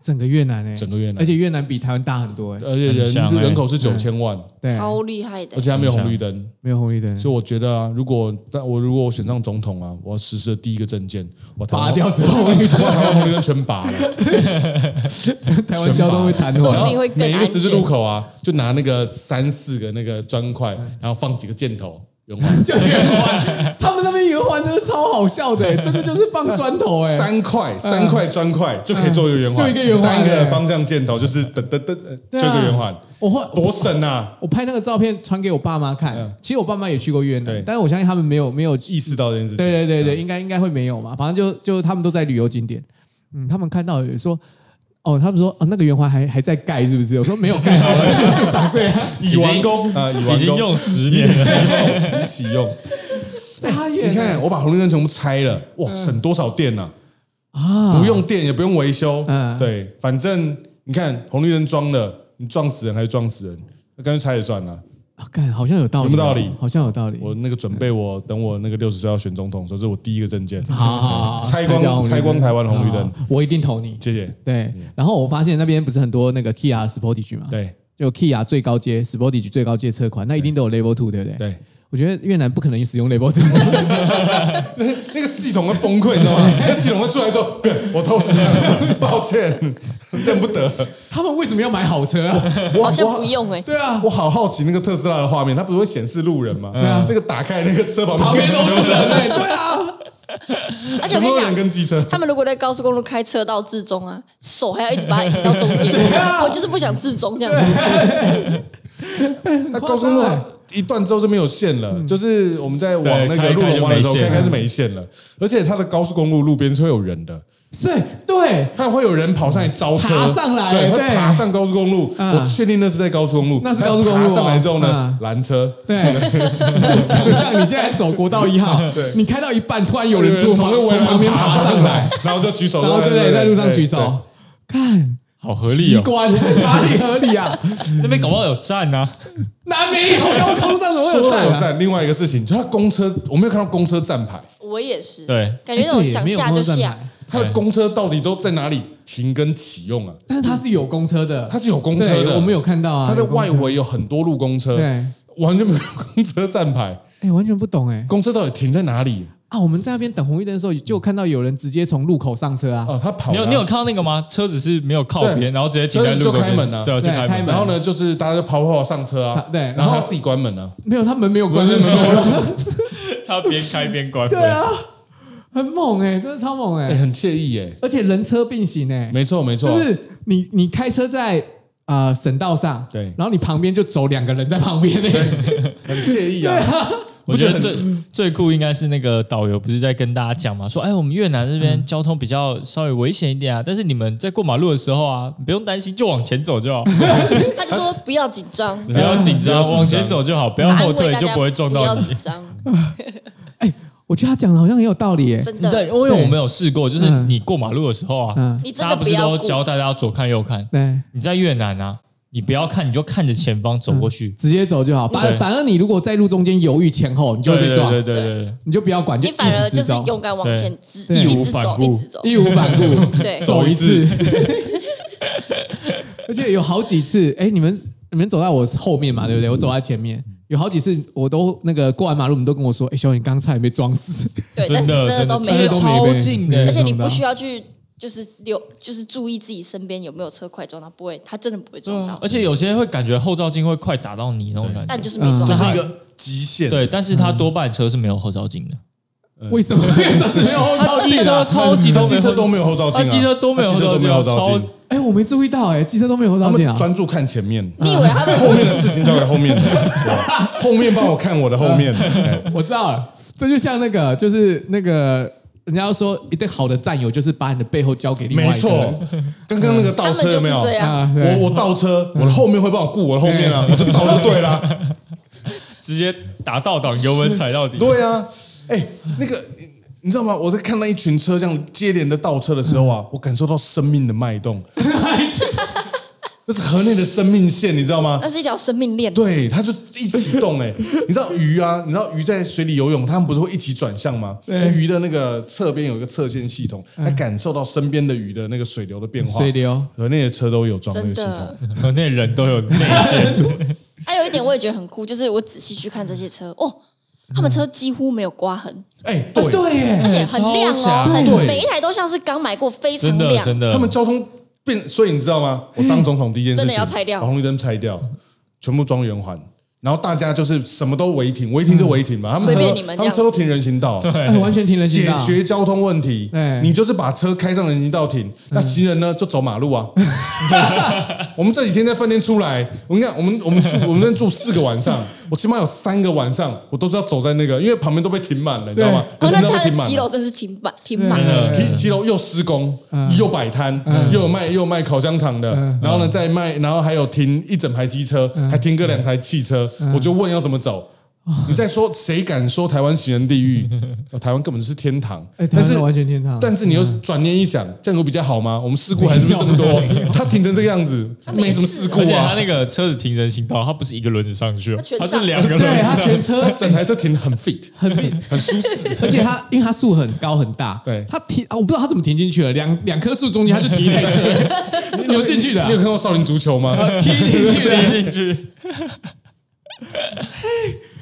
整个越南哎，
整个越南
而且越南比台湾大很嗯多哎，
而且
很像
人
欸
人口是九千万，
对，啊
超厉害的
而，且它没有红绿灯。
没有红绿灯，
所以我觉得啊，如果但我如果我选上总统啊，我要实施的第一个政见，我台湾
拔掉所有
我
红绿 灯
把台湾红绿灯全拔了，
台湾交通会弹
说
簧
不
然。
定
后
会更
每一个
安
十字
全
路口啊，就拿那个三四个那个砖块，然后放几个箭头，用吗？
就圆环，他们那边圆环真的超好笑的、欸真的就是放砖头哎、
三块三块砖块就可以做一个圆环，
就一个圆环
三个
哎
方向箭头就是噔噔噔，呃就
对啊
一个圆环，
我后
多神啊！
我拍那个照片传给我爸妈看，
嗯
其实我爸妈也去过越
对
南，但是我相信他们没有没有
意嗯识到这件事情，
对对对对，应该应该会没有嘛，反正就就他们都在旅游景点，嗯，他们看到有说。哦，他们说、哦、那个圆环还还在盖，是不是？我说没有盖好了，就长这 样。
已完工啊，已完工，
已经用十年 了，
了，一起用。
傻眼、
你看，我把红绿灯全部拆了，哇，省多少电啊！
嗯啊，
不用电也不用维修，
嗯
对，反正你看红绿灯装了，你撞死人还是撞死人，那干脆拆也算了。
啊，干好像有道理，
有没有道理
好像有道理。
我那个准备我，等我那个六十岁要选总统的时候，这是我第一个证件，
好好好，
拆
掉
光
红绿
拆
灯
光台湾红绿
好，
灯
好我一定投你。
谢谢。
对，然后我发现那边不是很多那个 Kia Sportage 嘛，
嗯对
就 Kia 最高阶 Sportage 最高阶车款，那一定都有 Level Two，对不对？
对，
我觉得越南不可能使用 Level Two，
那那个系统会崩溃，你知道吗？那系统会出来说， 对我偷死了，抱歉，认不得。
他们为什么要买好车 啊？
我
好像
我
不用哎，
对啊，
我好好奇那个特斯拉的画面，它不是会显示路人吗？
啊
那个打开那个车旁
旁边
边
都是人哎、对啊，
而且
全
我跟你
部都是人
讲。
跟机车。
他们如果在高速公路开车道至中啊，手还要一直把它移到中 间，
啊
我就是不想至中这样子。
那哎高速公路一段之后就没有线了，就是我们在往
对
那
开
个
一
路
开
龙
就
湾的
没
时候，
线
开
了
开是没线了，而且它的高速公路路边是会有人的，
是，对，
它会有人跑上来招车，
爬上来
对，会
对
爬上高速公路。
嗯
我确定那是在高速公路，
那是高速公路哦
它爬上来之后呢，拦车，
对，就是不像你现在走国道一号，
对
你开到一半，突然有
有
人
人
从
从那
从
围
旁
栏
边
爬
上
上来，，然后就举手，
然后对不对，在路上举。
对对
手，看
好合理
奇
哦，
观哪里合理啊？
那边搞不好有站啊，
哪没有？高空上怎么会有
说到
站
有
啊？
站，另外一个事情就是它公车，我没有看到公车站牌，
我也是，
对
感觉那
哎
种
对
想
没有
下就
公车站
下
牌，
它的公车到底都在哪里停跟启用啊？
但是它是有公车的，
它是有公车
对
的，
我们有看到啊，
它在
有公
外
车
围有很多路公车，
对，
完全没有公车站牌，
哎，完全不懂哎
公车到底停在哪里？
啊！我们在那边等红绿灯的时候，就看到有人直接从路口上车啊，
哦，他跑
你
了啊，
有你有看到那个吗？车子是没有靠
对
边，然后直接停在路
车子就
口边
开门啊
对啊，就
对
开
开门
门
然后呢，就是大家就跑跑上车啊
上，对
然
然
后
后
他自己关门啊，
没有，他门没有关，
没有没有没有
他边开边关。
对啊，很猛哎，真的超猛
哎，
哎，
很惬意哎，
而且人车并行哎，
没错没错，
就是你你开车在啊省道上，
对
然后你旁边就走两个人在旁边哎，
很惬意啊，
我觉得
不是
最最酷应该是那个导游不是在跟大家讲嘛，说哎，我们越南这
嗯
边交通比较稍微危险一点啊，但是你们在过马路的时候啊，不用担心，就往前走就 好，
他就说不要紧张，
不要紧张，
啊不要紧张
往前走就好，不要
安
后
慰
退
大
就
家
不会撞
不
到
要
你。
紧张，
我觉得他讲的好像很有道理哎，
真
对，
的，
因为我们有试过，就是
嗯
你过马路的时候啊，
嗯，
你真
大家
的
不
不
是
要
都
顾
教大家要左看右看，
对。
你在越南啊，你不要看，你就看着前方走过去，
直接走就好。反
对
反而你如果在路中间犹豫前后，你就会被撞，
对对对对对，
你就不要管，
你反而
一直
就是
走
勇敢往前，直
对
一
义无
直
反
走，
顾
一直走，
义无反顾
对，
走一次
走一。
而且有好几次，哎，你们你们走在我后面嘛，对不对？我走在前面，有好几次我都那个过完马路，你们都跟我说，哎，小远刚差点被撞死，
对，
真
但是
的
真的
真的
都
真
没
的
有
都
没，
超近的
而且你不需
要。
要去就是留，就是注意自己身边有没有车快撞到，不会，他真的不会撞到
啊而，且有些会感觉后照镜会快打到你那种感
但
觉，
就是没撞
嗯
这是
到
一。个极限，
对，但是它多半车是没有后照镜的，
嗯
为什么？这是没有后照
它机
镜
车
啊！
超级
他
多
机
没
车都
后，
没有后照
它
镜啊，
机车都没有
他
后
机车都没有后
照
照
镜
镜，，
哎，我没注意到，哎，机车都没有后
他
照
们
镜
只
啊！
专注看前面。
你以为他
后
们
面的事情交给后面的，对后面帮我看我的后面。哎
我知道了，这就像那个，就是那个，人家说一对好的战友就是把你的背后交给另外一
没
个人
错，刚刚那个
嗯他
倒
们
车
就
有没
是
有？
这样，
啊！对
我我倒车，我的后面会帮我顾我的后面啊，我就倒就对啦。
直接打倒档，油门踩到底。
对啊，哎，那个你你知道吗？我在看那一群车这样接连的倒车的时候啊，
嗯
我感受到生命的 脉动，那是河内的生命线，你知道吗？
那是一条生命链。
对，它就一起动哎、你知道鱼啊？你知道鱼在水里游泳，它们不是会一起转向吗？鱼的那个侧边有一个侧线系统，它感受到身边的鱼的那个水流的变化。
嗯水流
和那些车都有装那个
真
系统
的，，
那人都有内奸，
还有一点我也觉得很酷，就是我仔细去看这些车，哦，他们车几乎没有刮痕，
哎、对，
哦对耶
而，且很亮
超
哦
强，
对
很每一台都像是刚买过，非常
真的
亮。
真的，
他们交通变，所以你知道吗？
嗯
我当总统第一件事情
真的要拆掉
把红绿灯拆掉，全部装圆环。然后大家就是什么都违停，违停就违停嘛，他们
嗯随便
车
你们
他们车
这
都
样子
停人行道，
哎完全停人行
解
道，
决交通问题
对，嗯
你就是把车开上人行道停，那行人呢就走马路啊。 我们这几天在饭店出来，我跟你讲，我们我 们住我们那住四个晚上，我起码有三个晚上我都是要走在那个，因为旁边都被停满了，你知道吗？
哦，那
人行道
它的
被停满
骑
了
楼真是挺满挺满
嗯
真的
的，
骑骑楼又施工，又摆摊，又有卖又有卖烤香肠的，
嗯
然后呢再卖，然后还有停一整排机车，还停个
嗯
两台汽车，我就问要怎么走。
哦
你再说谁敢说台湾行人地狱？哦台湾根本就是天堂
哎，，
但
台湾
是
的完全天堂。嗯
但是你又转念一想，这样有比较好吗？我们事故还是不是这么多？ 他停成这个样子，没什么事故
而且他
啊。
那个车子停人行道，它不是一个轮子上去哦
它，全
它是
上
两个轮
对
子
他
上去
全。车
他整台车停得很 fit，
很密，
很舒适。
而且他因为他树很高很大，
对
他停啊，我不知道他怎么停进去了，两两棵树中间他就停一台 车， 你怎么进去的啊啊
你有？看过少林足球吗
踢进去，踢进去，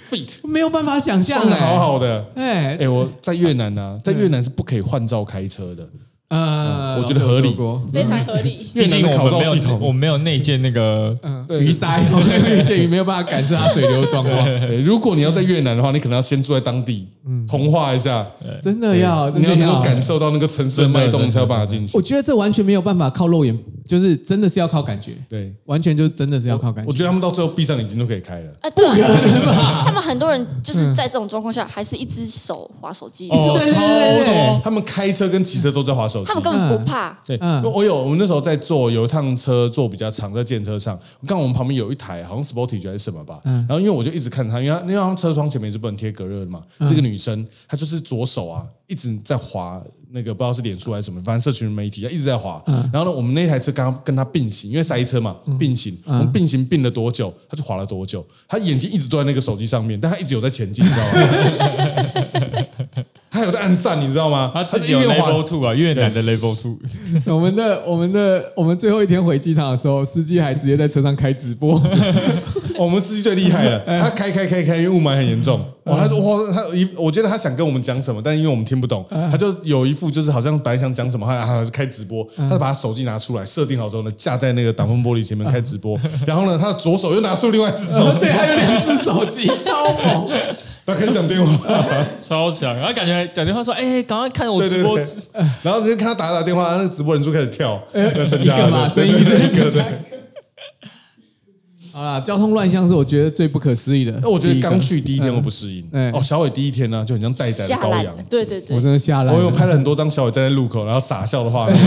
？fit
没有办法想象
上的
哎，
好好的。
哎
哎、，我在越南呢、啊，在越南是不可以换照开 车的。
呃，
我觉得合理
我有说
非常合理。
越
毕
南
竟我
的考照
们没
系
有，
统嗯
我，们没有内建那个
过，鱼鳃， 我跟于建宇没有办法感受它水流的状况，
对如果你要在越南的话，你可能要先住在当地，
嗯
同化一下，
真的要，真
你要
的
能够
要
感受到那个城市的脉
真的
动，
真的
才有办法进行
我。觉得这完全没有办法靠肉眼，就是真的是要靠感觉，
对，
完全就真的是要靠感
我
觉。
觉得他们到最后闭上眼睛都可以开了。
哎，对啊，他们很多人就是在这种状况下，还是一只手划手机，
哦
对对对
超多
对
他们开车跟骑车都在滑手机
他。们根本不怕。
对，
嗯
因为我有我们那时候在坐有一趟车坐比较长，在电车上，我看我们旁边有一台好像 Sportage 还是什么吧，
嗯
然后因为我就一直看她，因为她因为
嗯
他们车窗前面是不能贴隔热的嘛，是一个女生，她就是左手啊一直在滑那个不知道是脸书还是什么，反正社群媒体啊一直在滑。
嗯
然后呢，我们那台车刚跟他并行，因为塞车嘛，并行。
嗯
我们并行并了多久，他就滑了多久。他眼睛一直都在那个手机上面，但他一直有在前进，你知 道吗？他有在按赞，你知道吗？
他自己有
一边滑
level two 啊，越南的 level two，
我们的我们的我们最后一天回机场的时候，司机还直接在车上开直 播，
哦我们司机最厉害了，
哎
他开开开开，因为雾霾很严重。
嗯
哇，他说哇，他一，我觉得他想跟我们讲什么，但因为我们听不懂，
嗯
他就有一副就是好像本来想讲什么，后来他开直播，
嗯
他就把他手机拿出来，设定好之后呢，架在那个挡风玻璃前面开直播。 然后呢，他的左手又拿出另外一只手机
嗯 对，，还有两只手机，超猛。
他可以讲电话。
超强。然后感觉讲电话说，哎，赶快看我
对
直
对
播
对， 然后你就看他打打电话，那个直播人数开始跳，
嗯
增
一
加
个嘛，
了，
声
对
音
对对对
一
一
个
个对。
好啦，交通乱象是我觉得最不可思议的。
那我觉
第
得
一个
刚去第一天我不适应
嗯，
哦，小伟第一天呢就很像待宰的
下
羔羊
来，，对对
我
对，
真的下来，
我有拍了很多张小伟站在路口，然后傻笑 的画面，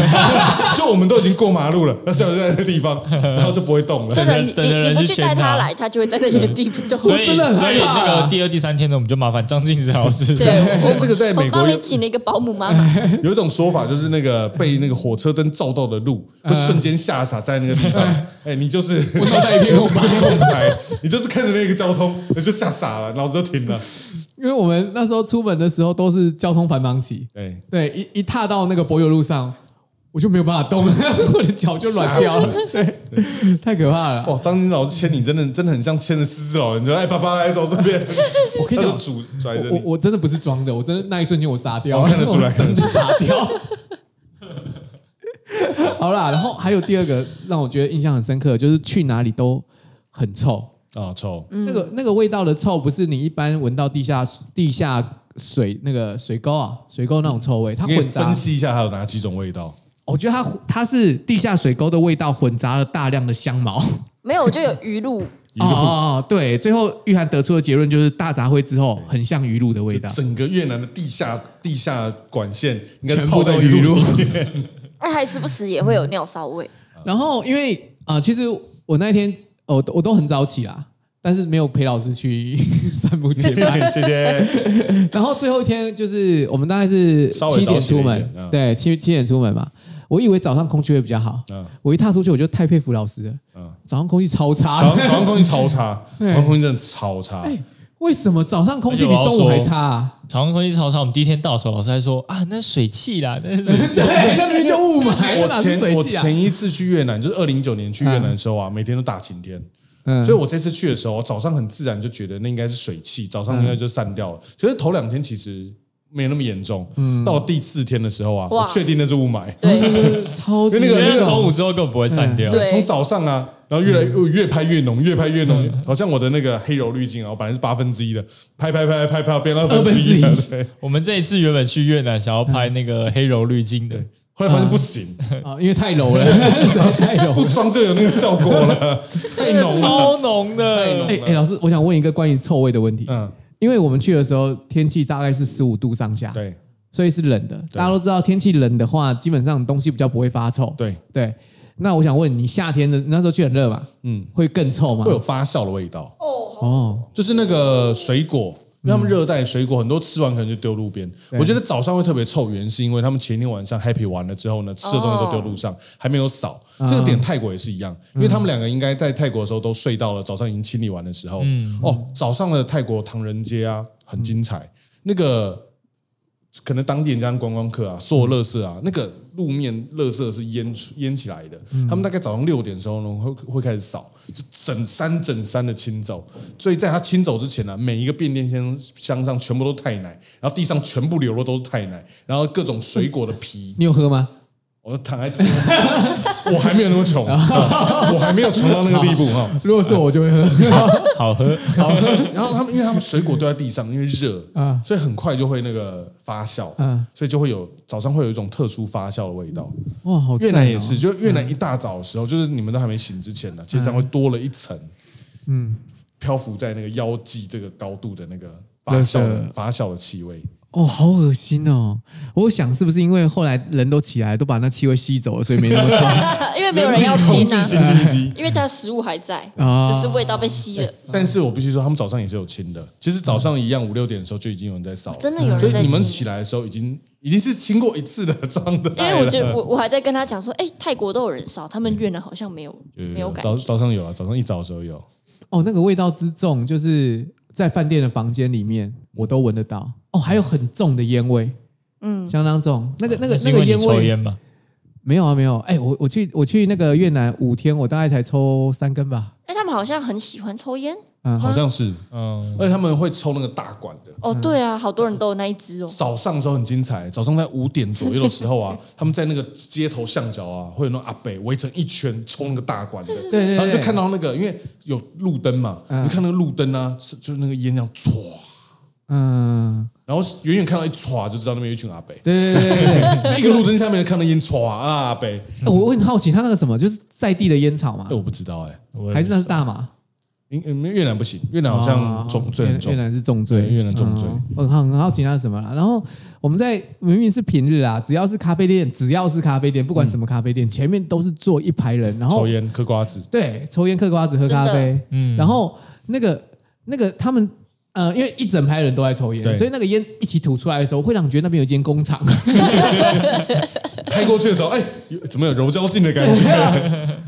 就我们都已经过马路了，那小伟就在那个 地方，然后就不会动了。
真的，你
等着
你
人
你不
去
去带
牵他
他来，他就会站在原地不动。
所以
真的很
所以
害怕啊
那个第二、第三天呢，我们就麻烦张静子老师。
对，
这这
我
个
哦
在美
我
国
帮
有
你请了一个保姆妈妈，
有一种说法，就是那个被那个火车灯照到的路，会瞬间吓傻在那个地方。哎，你就是
嗯我脑袋一片空白。
空白，你就是看着那个交通，你就吓傻了，脑子就停了。
因为我们那时候出门的时候都是交通繁忙期，
哎，
对，一一踏到那个柏油路上，我就没有办法动， 我的脚就软掉了，对，太可怕了。
哇，哦张金老师牵你，真的真的很像牵着狮子老人，就哎，爸爸来走这边，
我跟
他
你
就
讲，
拄拽着
我我
你。
我真的不是装的，我真的那一瞬间我傻掉
我
了，
看得出 来
我真的傻掉。好啦，然后还有第二个让我觉得印象很深刻，就是去哪里都很臭。
啊，臭！
那个那个味道的臭，不是你一般闻到地下地下水那个水沟啊，水沟那种臭味，它
你可以
混杂
分。析一下它有哪几种味道？
我觉得它它是地下水沟的味道混杂了大量的香 茅。
没有，我就有鱼露，
一
哦
路
哦哦，对，最后玉涵得出的结论就是大杂烩之后很像鱼露的味道。
整个越南的地下地下管线应该
全部
泡在
都
鱼
鱼露
露里面，
哎，还时不时也会有尿骚味。
然后因为啊、呃其实我那一天呃我都我都很早起啦，但是没有陪老师去散步结伴。
谢谢。
然后最后一天就是我们大概是
稍微
七
早
点
起了
出
一
门
点，嗯
对，七七点出门嘛。我以为早上空气会比较好，
嗯
我一踏出去我就太佩服老师了。
嗯
早上空气超差，
早上早上空气超差，早
对哎
上空气真的超差。
为什么早上空气比
而且我要
中午还
说
差、啊？
长虹空气超差，我们第一天到手，老师还说啊，那是水汽啦，那是 水汽。
对，那边就雾霾，
我
哪是
前
水
我
汽啊？
前一次去越南，就是二零一九年去越南的时候啊，每天都大晴天。
嗯
所以我这次去的时候，早上很自然就觉得那应该是水汽，早上应该就散掉
嗯
了。可是头两天其实没那么严重，到了第四天的时候啊，
哇
我确定那是雾霾。
对，
超级
因为那个嗯
因
热
为从午之后根本不会散掉。
对
从早上啊，然后越来越越拍越浓，越拍越浓，好像我的那个黑柔滤镜啊，我本来是八分之一的，拍拍拍拍拍变到
二分
之
之一
一了，对，
我们这一次原本去越南想要拍
嗯
那个黑柔滤镜的，
后来发现不行，
啊，因为太柔 了， 实在太柔
不
了。
装就有那个效果了，太
真
浓
的
了，
超浓
太
的
浓。
哎哎，老师，我想问一个关于臭味的问题，
嗯，
因为我们去的时候天气大概是十五度上下，
对
所以是冷的。大家都知道，天气冷的话，基本上东西比较不会发臭。
对，
对，那我想问你，夏天的你那时候去很热嘛，
嗯，
会更臭吗
会？有发酵的味道，
哦，
哦，
就是那个水果。因为他们热带水果很多吃完可能就丢路边，
对
我觉得早上会特别臭，原因是因为他们前一天晚上 happy 完了之后呢，吃的东西都丢路上，还没有扫。这个点泰国也是一样，因为他们两个应该在泰国的时候都睡到了，早上已经清理完的时候，哦，早上的泰国唐人街啊很精彩，那个可能当地人家观光客啊，所有垃圾啊，那个路面垃圾是淹出淹起来的。他们大概早上六点的时候呢，会会开始扫，就整山整山的清走。所以在他清走之前呢、每一个变电箱箱上全部都是太奶，然后地上全部流落都是太奶，然后各种水果的 皮，
你有喝吗？
我就躺在，我还没有那么穷，啊我还没有穷到那个地步哈。
如果是我，我就会喝。
好喝，
然后他们因为他们水果都在地上，因为热，
嗯
所以很快就会那个发酵，
嗯
所以就会有早上会有一种特殊发酵的味道。
哇，好
越
赞
南
哦
也是，，就越南一大早的时候，就是你们都还没醒之前呢，啊街上会多了一层，
嗯，
漂浮在那个腰际这个高度的那个发酵
垃
的
圾
发酵的气味。
哦，好恶心哦！我想是不是因为后来人都起来，都把那气味吸走了，所以没那么 臭
因为没有人要亲
控制
啊，
新进机。
因为它的食物还在，
啊
只是味道被吸了。
但是我必须说，他们早嗯上也是有清的。其实早上一样五六点的时候就已经有人在扫了，
真的有人在
所
清
以你们起来的时候已经已经是经过一次的装的
因
爱
为
了。
我觉得我我还在跟他讲说，哎、泰国都有人烧，他们越南好像没有
嗯
没有感
早
觉。
早上有啊，早上一早的时候有，
哦，那个味道之重，就是在饭店的房间里面我都闻得到。哦，还有很重的烟味，嗯，相当重。那个那个
是
那
因为
个
你
烟
抽
味
烟嘛，
没有啊，没有。哎、我我去我去那个越南五天，我大概才抽三根吧。
哎、他们好像很喜欢抽烟
好像是，
嗯，
而且他们会抽那个大管的。
哦，
嗯
对啊，好多人都有那一支哦。
早上的时候很精彩，早上在五点左右的 时候啊，他们在那个街头巷角啊，会有那种阿北围成一圈冲那个大管的，
对对对，
然后就看到那个，因为有路灯嘛，
嗯
你看那个路灯啊，是就是那个烟这样唰，
嗯，
然后远远看到一唰就知道那边有一群阿北，
对对对 对对。
那 一个路灯下面看到烟唰啊阿北，
哎我我很好奇，他那个什么，就是在地的烟草嘛
哎，我不知道哎，
我也
还是那是
不
大麻？哦
因因为越南不行，越南好像重罪
越
很
南
重
越，南是重罪，
对越南重罪
嗯我很好很好奇那是什么啦。然后我们在明明是平日啊，只要是咖啡店，只要是咖啡店，不
嗯
管什么咖啡店，前面都是坐一排人，然后
抽烟嗑瓜子，
对，抽烟、嗑瓜子、喝咖
真
啡，嗯，然后那个那个他们。呃，因为一整排人都在抽
对
烟，所以那个烟一起吐出来的时候，会让你觉得那边有一间工 厂。
开过去的时候，哎，有怎么有柔焦镜的感 觉？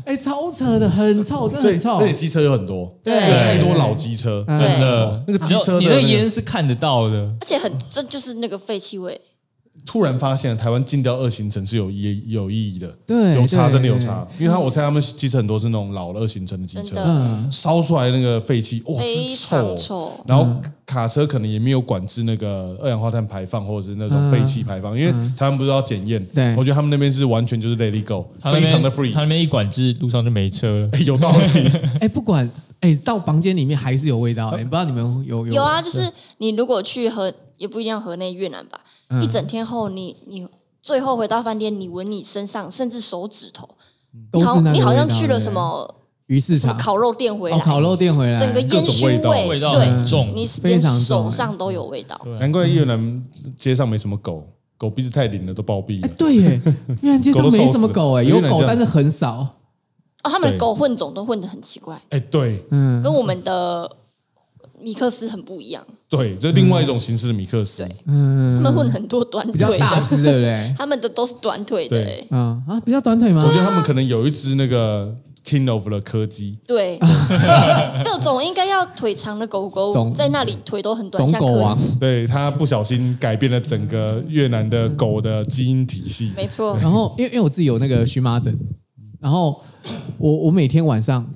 哎、超扯的，很臭，真的
所以
很臭
那。里机车有很多，
对
有太多老机车，
嗯
真
哦
的，
那个机车的
你那
那个
烟是看得到的，
而且很，这就是那个废气味。
突然发现台湾禁掉二行程是有意有意义的，
对
有差
对
真的有差，因为他我猜他们机车很多是那种老二行程的机
真
车，
的
嗯，
烧出来那个废气，哇，
非
之
常
哦
臭哦
臭。
然后卡车可能也没有管制那个二氧化碳排放或者是那种废气排放，因为台湾不是要检验，
对
我觉得他们那边是完全就是 let it go，
他那
非
边
常的 free，
他那边一管制，路上就没车了。
哎 有道理，
哎、不管哎、到房间里面还是有味 道、哎，不知道你们有有
有啊，就是你如果去河，也不一定要河内越南吧，
嗯
一整天后你，你最后回到饭店，你闻你身上甚至手指头，
都
你好
是那个
你好像
味道
去了
对
什么
鱼市
什么
场
烤肉店回来，
哦烤肉店回来，
整个烟熏
各种味道
味道很
对，
重
你
嗯非
连
常重哎
手上都有味道。
难怪越南街上没什么狗，狗鼻子太灵了都暴毙
哎、
了，
对耶，越南街上
狗都
没
臭
什么
死
狗哎、
了
有
越南
狗
这样
但是很少。
哦，他们
对
的狗混种都混得很奇怪，
哎对。
嗯，
跟我们的米克斯很不一样。
对，这是另外一种形式的米克斯。
对，他
嗯，
们混很多短
比较
腿
大
的，
只，对不 对？
他们的都是短腿的、
对
欸。
嗯啊，比较短腿吗
我？觉得他们可能有一只那个 King of 的柯基，
欸 对，各种应该要腿长的狗狗
种
在那里腿都很短，
种
像
狗
柯
王
基。，
对它不小心改变了整个越南的狗的基因体系。
没错，
然后因为因为我自己有那个荨麻疹，然后我我每天晚上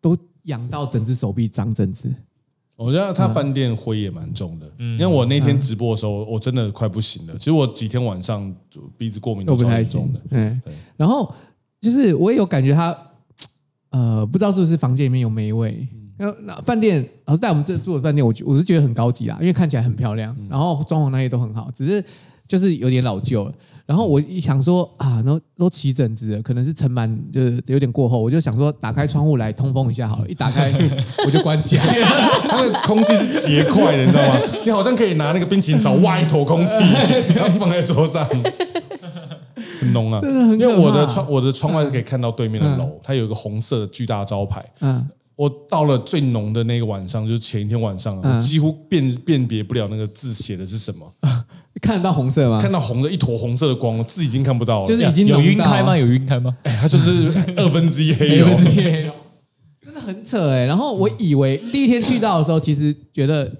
都痒到整只手臂长疹子。
我觉得它饭店灰也蛮重的，
嗯
因为我那天直播的时候，我真的快不行了。其实我几天晚上就鼻子过敏
都
都
不
超
太
严
行
重的。。
嗯
对，
然后就是我也有感觉他，呃，不知道是不是房间里面有霉味。然后那饭店老师在我们这住的饭店，我觉我是觉得很高级啦，因为看起来很漂亮，然后装潢那些都很好，只是就是有点老旧了。然后我一想说啊，然后都起疹子了，可能是尘螨就是有点过后，我就想说打开窗户来通风一下好了，一打开 我就关起来。
那个空气是结块的，你知 道吗？你好像可以拿那个冰淇淋勺挖一坨空气，然后放在桌上，很浓啊。
真的很可
因为我的
怕
窗，我的窗外是可以看到对面的楼，它有一个红色的巨大招牌。
嗯，
我到了最浓的那个晚上，就是前一天晚上啊，
嗯
我几乎辨辨别不了那个字写的是什么，
看得到红色吗？
看到红的一坨红色的光，我字已经看不到了。
就是已经
有
浓
晕
到
开吗？有晕 开吗？
哎它就是二分之一黑
有
油。
这些哦 真的很扯哎、然后我以为第一天去到的时候，其实觉得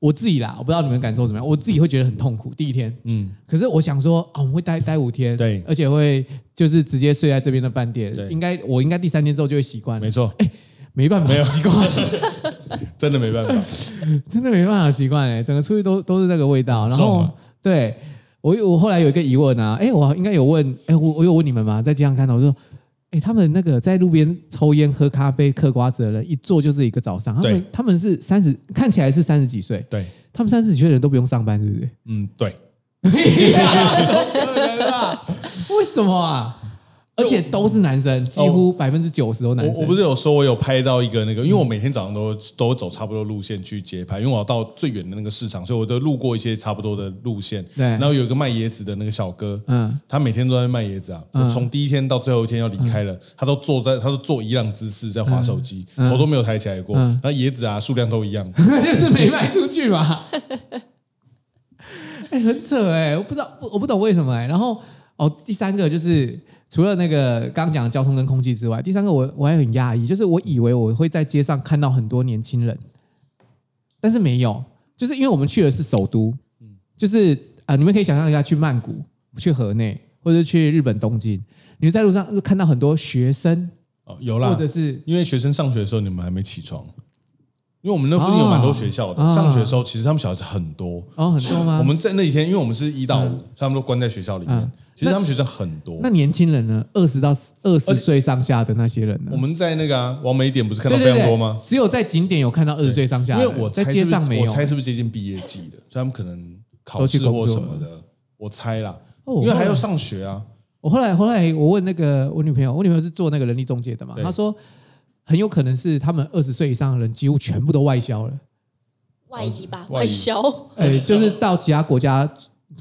我自己啦，我不知道你们感受怎么样，我自己会觉得很痛苦。第一天，
嗯，
可是我想说啊，我们会待待五天，
对
而且会就是直接睡在这边的饭店
对，
应该我应该第三天之后就会习惯了
没，错，
没办法
没有
习惯，
真的没办法。
真的没办法习惯哎，整个出去都都是那个味道，然
重
后
啊
对我我后来有一个疑问啊，哎，我应该有问，哎，我我有问你们吗？在街上看到我说。哎，他们那个在路边抽烟、喝咖啡、嗑瓜子的人，一坐就是一个早上。他们
对
他们是三十，看起来是三十几岁，
对，
他们三十几岁的人都不用上班，是不是？
嗯，对，
为什么啊？而且都是男生，几乎百分之九十都男
哦我
生。
我不是有说我有拍到一个那个，因为我每天早上都都走差不多路线去街拍，因为我要到最远的那个市场，所以我都路过一些差不多的路线。
对
然后有一个卖椰子的那个小哥，
嗯
他每天都在卖椰子啊。
嗯
我从第一天到最后一天要离开了，他都坐在，他都坐一样姿势在划手机，
嗯
头都没有抬起来过。
嗯
那椰子啊，数量都一样。
就是没卖出去嘛。哎、 哎、很扯哎、我不知道，不我不懂为什么哎、然后哦，第三个就是除了那个刚刚讲的交通跟空气之外，第三个我我还很讶异，就是我以为我会在街上看到很多年轻人，但是没有，就是因为我们去的是首都，就是啊、呃你们可以想象一下去曼谷、去河内或者去日本东京，你会在路上就看到很多学生
哦，有啦
或，者是
因为学生上学的时候你们还没起床，因为我们那附近有蛮多学校的，上学的时候其实他们小孩子很多。
哦很多吗？
我们在那几天，因为我们是一到五，所以他们都关在学校里面
嗯。
其实他们学生很多
那。年轻人呢？二十到二十岁上下的那些人呢？
我们在那个啊，完美点不是看到
对
非
对对，
常多吗？
只有在景点有看到二十岁上下
因
的
为
人，
我
在
猜是
街
不是
上没
我
有。
猜是不是接近毕业季的，所以他们可能考
都去
试或
工作
什么的，我猜啦，
哦
因为还要上学啊。
我后来后来我问那个我女朋友，我女朋友是做那个人力中介的嘛，
对
她说很有可能是他们二十岁以上的人几乎全部都外销了，
外移吧，
外
外
移
销。
哎，就是到其他国家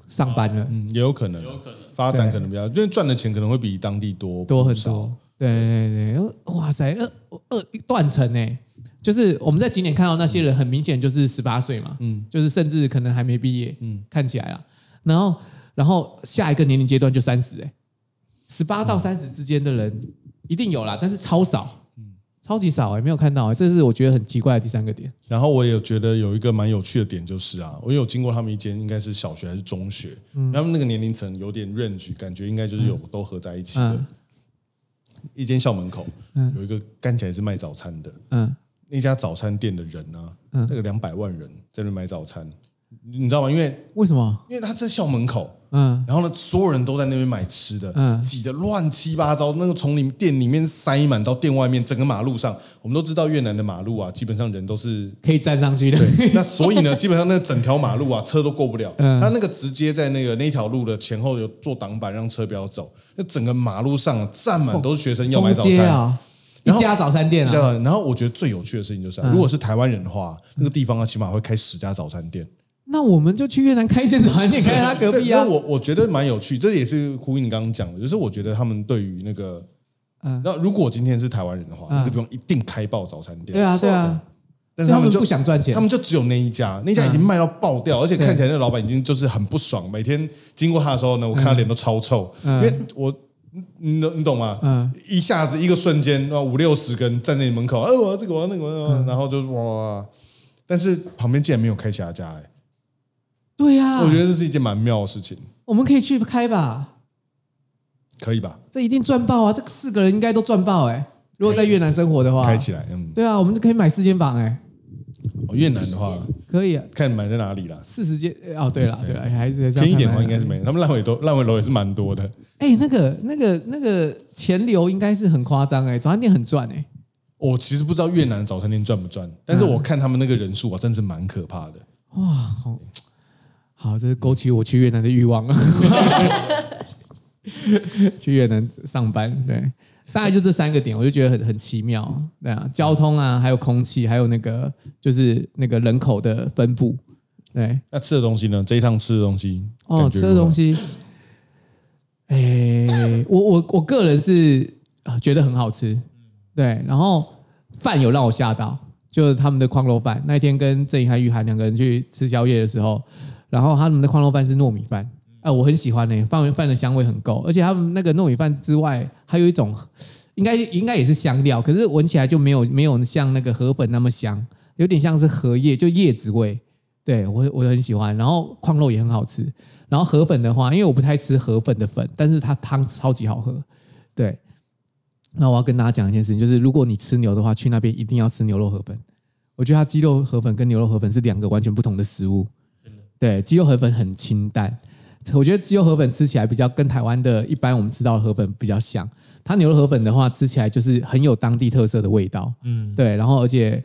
上班了，
嗯，也有可能，有可能发展可能比较，因为赚的钱可能会比当地多
多很
不少
多。对对对，哇塞，二二断层哎，就是我们在景点看到那些人，很明显就是十八岁嘛，
嗯
嗯，就是甚至可能还没毕业，
嗯
嗯，看起来啊，然后然后下一个年龄阶段就三十哎，十八
嗯
到三十之间的人一定有啦，但是超少，
嗯
超级少哎、没有看到哎、这是我觉得很奇怪的第三个点。
然后我也觉得有一个蛮有趣的点就是啊，我有经过他们一间应该是小学还是中学，
嗯
他们那个年龄层有点 range，感觉应该就是有都合在一起的。
嗯
一间校门口、
嗯
有一个看起来是卖早餐的
嗯，
那家早餐店的人啊，
嗯
那个两百万人在那边买早餐，你你知道吗？因为
为什么？
因为他在校门口，
嗯
然后呢，所有人都在那边买吃的，
嗯
挤得乱七八糟。那个从里店里面塞满到店外面，整个马路上，我们都知道越南的马路啊，基本上人都是
可以站上去的，
对， 那所以呢，基本上那整条马路啊，车都过不了。
嗯
他那个直接在那个那条路的前后有做挡板，让车不要走。那整个马路上啊站满都是学生要买早
封哦街
餐。
啊，一
然后
家早餐店
这
啊，
样，然后我觉得最有趣的事情就是啊、
嗯
如果是台湾人的话，那个地方啊，起码会开十家早餐店。
那我们就去越南开一间早餐店，开在他隔
对，
壁啊
那。我我觉得蛮有趣，这也是呼应你刚刚讲的，就是我觉得他们对于那个，
嗯，
那如果今天是台湾人的话，
嗯
那个地方一定开爆早餐店。
对啊，对啊，
但是他们
所以
就
不想赚钱，
他们就只有那一家，那一家
嗯
已经卖到爆掉，而且看起来那老板已经就是很不爽。每天经过他的时候呢，我看他脸都超臭，
嗯
因为我你你懂你懂吗？
嗯
一下子一个瞬间，那五六十个人站在你门口，哎，我要这个，我要那个，我要
嗯
那个然后就哇哇，哇但是旁边竟然没有开其他家，
啊
哎，
对呀、
我觉得这是一件蛮妙的事情，
我们可以去开吧，
可以吧？
这一定赚爆啊！这四个人应该都赚爆哎、如果在越南生活的话，
开起来，嗯，
对啊，我们就可以买四间房哎、
哦越南的话，
可以、啊、
看买在哪里啦。
四十间呃哦，对了对了，还是啊这样
便宜一点的话，应该是没有，他们烂尾楼烂尾楼也是蛮多的。
哎、那个那个那个钱流应该是很夸张哎，早餐店很赚哎、
我其实不知道越南的早餐店赚不赚，但
嗯
是我看他们那个人数啊，真是蛮可怕的。
哇，好好，这是勾起我去越南的欲望了。 去越南上班，对，大概就这三个点，我就觉得很很奇妙。对啊，交通啊，还有空气，还有那个就是那个人口的分布，对，
那吃的东西呢？这一趟吃的东西，
哦，
感觉
吃
如何
的东，西，哎、我我我个人是啊觉得很好吃，对，然后饭有让我吓到，就是他们的矿肉饭。那一天跟郑怡涵、玉涵两个人去吃宵夜的时候，然后他们的矿肉饭是糯米饭，哎、我很喜欢呢、饭饭的香味很够，而且他们那个糯米饭之外，还有一种应该应该也是香料，可是闻起来就没有没有像那个河粉那么香，有点像是荷叶，就叶子味。对我我很喜欢，然后矿肉也很好吃，然后河粉的话，因为我不太吃河粉的粉，但是它汤超级好喝。对，那我要跟大家讲一件事情，就是如果你吃牛的话，去那边一定要吃牛肉河粉。我觉得它鸡肉河粉跟牛肉河粉是两个完全不同的食物。对，鸡肉河粉很清淡，我觉得鸡肉河粉吃起来比较跟台湾的一般我们吃到的河粉比较像。它牛肉河粉的话，吃起来就是很有当地特色的味道。
嗯，
对，然后而且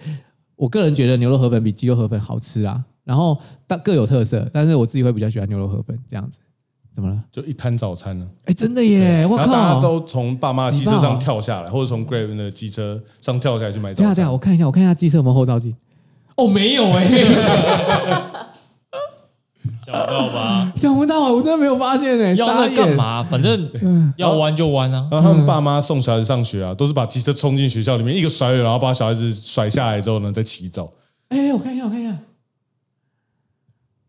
我个人觉得牛肉河粉比鸡肉河粉好吃啊，然后但各有特色，但是我自己会比较喜欢牛肉河粉这样子。怎么了？
就一摊早餐呢。
哎，真的耶！我
然后大家
靠！
都从爸妈的机车上跳下来，或者从 Grab 的机车上跳下来去买
等一
早
下等一下，
餐。
啊我看一下，我看一下机车有没有后照镜。哦，没有
欸
哎，
想不到吧？
想不到啊，我真的没有发现哎，
要
傻
那
眼嗯
干？嘛？反正要弯就弯啊。
然后他们爸妈送小孩子上学啊，都是把机车冲进学校里面，一个甩尾，然后把小孩子甩下来之后呢，再骑走。
哎，我看一下，我看一下。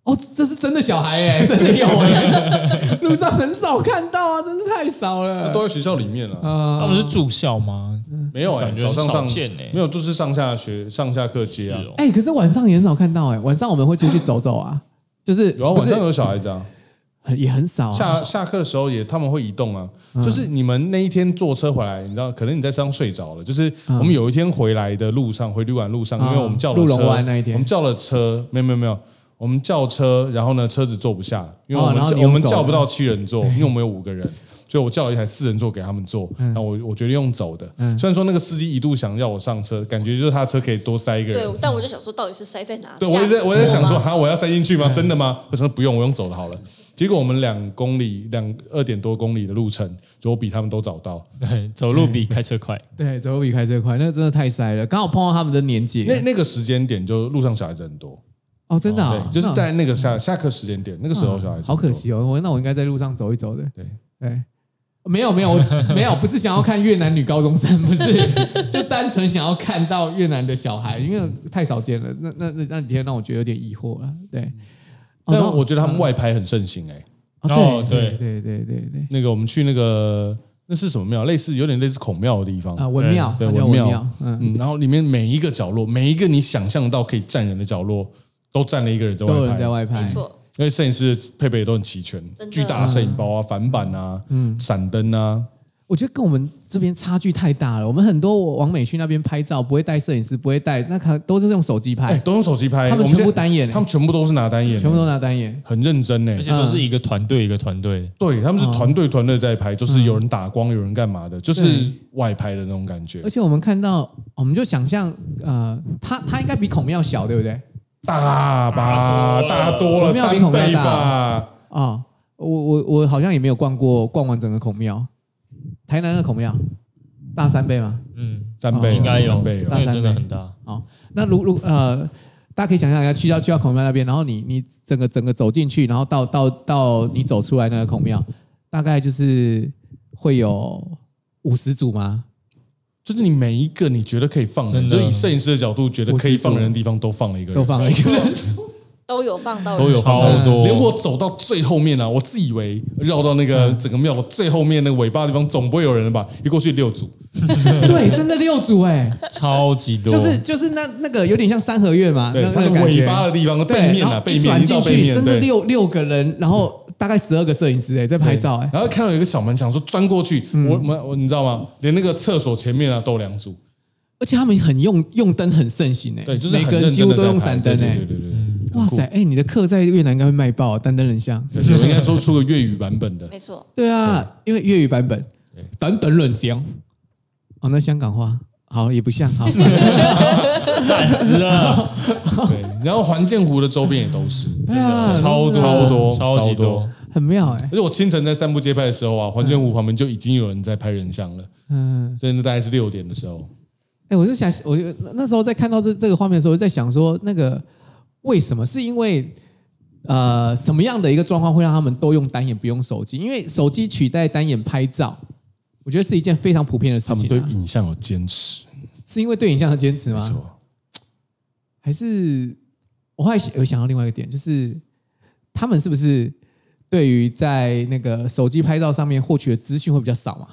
哦，这是真的小孩哎、真的有哎、路上很少看到啊，真的太少
呃
了。
都在学校里面了，
啊
他们是住校吗？
没有哎
感，觉
早
很
上上
少见欸
没有，就是上下学上下课接啊
是，哦
哎、可是晚上也很少看到哎、晚上我们会出去走走啊，就是
有啊，
不
晚
是
上有小孩子啊，
很也很少啊。
下下课的时候也他们会移动啊，
嗯
就是你们那一天坐车回来，你知道，可能你在车上睡着了。就是我们有一天回来的路上，回旅馆路上，
嗯
因为我们叫了
鹿
车，
龙湾那一天
我们叫了车，没有没有没有，我们叫车，然后呢车子坐不下，因为我们
哦然后
叫
你
我
又
们
走
叫
了
不到七人座，因为我们有五个人。所以我叫了一台四人座给他们坐，
嗯
然后我我决定用走的。虽然说那个司机一度想要我上车，感觉就是他车可以多塞一个人。
对，但我就想说，到底是塞在哪？
对，我也在我也
啊驾
在
驶
想
座
说，
吗，
哈，我要塞进去
嗯
吗？真的吗？我说不用，我用走的好了。结果我们两公里两二点多公里的路程，就我比他们都早到。
对，走路比开车快。
对，走路比开车快，那真的太塞了。刚好碰到他们的年纪
那那个时间点，就路上小孩子很多，
哦，真的、啊
对，就是
那
在那个下下课时间点，那个时候小孩子很多
好可。惜哦，我那我应该在路上走一走的。
对
对，没有没有我没有，不是想要看越南女高中生，不是，就单纯想要看到越南的小孩，因为太少见了。那那那那几天让我觉得有点疑惑了。对，哦
但
然后
我觉得他们外拍很盛行哎、
哦
哦，
对对
对
对对对对
那个我们去那个那是什么庙？类似有点类似孔庙的地方
啊，文庙
对
它叫
文庙
庙，嗯，
嗯，然后里面每一个角落，每一个你想象到可以站人的角落，都站了一个人在
都有
外
人
拍
在。外拍，
没错，
因为摄影师的配备都很齐全，
真的
巨大的摄影包啊、反板啊、
嗯
闪灯啊，
我觉得跟我们这边差距太大了。我们很多往美去那边拍照，不会带摄影师，不会带，那可都是用手机
哎、
拍，
都用手机拍，
他们
我现
全部
在
单眼欸
他们全部都是拿单眼，欸
全部都拿单眼。
很认真呢、
而且都是一个团队一个团队，
对，他们是
哦
团队团队在拍，
嗯
就是有人打光，有人干嘛的，就是外拍的那种感觉
而，且我们看到，我们就想象，呃，它它应该比孔庙小，对不对？
大吧，大多了
孔庙比
三
孔庙
倍
大
吧。
啊、我我我好像也没有逛过逛完整个孔庙，台南的孔庙大三倍吗？
嗯，
三倍
哦
了
应该有，
三倍
因
了
大三
为
倍
真的很大。
哦，那如如呃，大家可以想象一下，去到去到孔庙那边，然后你你整个整个走进去，然后到到到你走出来那个孔庙，大概就是会有五十组吗？
就是你每一个你觉得可以放人，
真
就
的
以摄影师的角度觉得可以放人的地方都放了一个
都
人，
放了
没
一个
错，都有放
哦
到
都有放
超多
连我走到最后面啊，我自以为绕到那个整个庙的最后面那个尾巴的地方，总不会有人了吧？一过去六组，
对，真的六组哎、
超级多，
就是就是那那个有点像三合院嘛，
对
啊那，那
它的
个感
尾
觉。
巴的地方，
对
背面
然
啊，
后
背
一
面
转
一到
进
背
去，
面，
真的
对。
六六个人，然后大概十二个摄影师哎、在拍照哎、嗯
然后看到有一个小门墙，说钻过去，我我我你知道吗？连那个厕所前面啊都有两组，
而且他们很用用灯很盛行哎、
对，就是
每个
很认
人
真
几乎
地
都
在
用
拍
闪灯
对
哎、
对对对对，
哇塞，哎、你的课在越南应该会卖爆，丹丹人像。
而且我应该说出个粤语版本
哦
的，
没错，
对啊，因为粤语版本，等等人像。哦，那香港话好也不像 好。
惨死了，
对。然后环建湖的周边也都是，
对 啊，
超
真的
超多
超级
超多
多，
很妙哎、
而且我清晨在散步街拍的时候啊，环建湖旁边就已经有人在拍人像了，
嗯，
所以那大概是六点的时候。
哎、我就想，我就那那时候在看到这这个画面的时候，我就在想说，那个为什么？是因为呃，什么样的一个状况会让他们都用单眼不用手机？因为手机取代单眼拍照，我觉得是一件非常普遍的事
他们
情、
对
啊。
影像有坚持，
是因为对影像的坚持
没
吗？
错，
还是我后来有想到另外一个点，就是他们是不是对于在那个手机拍照上面获取的资讯会比较少嘛？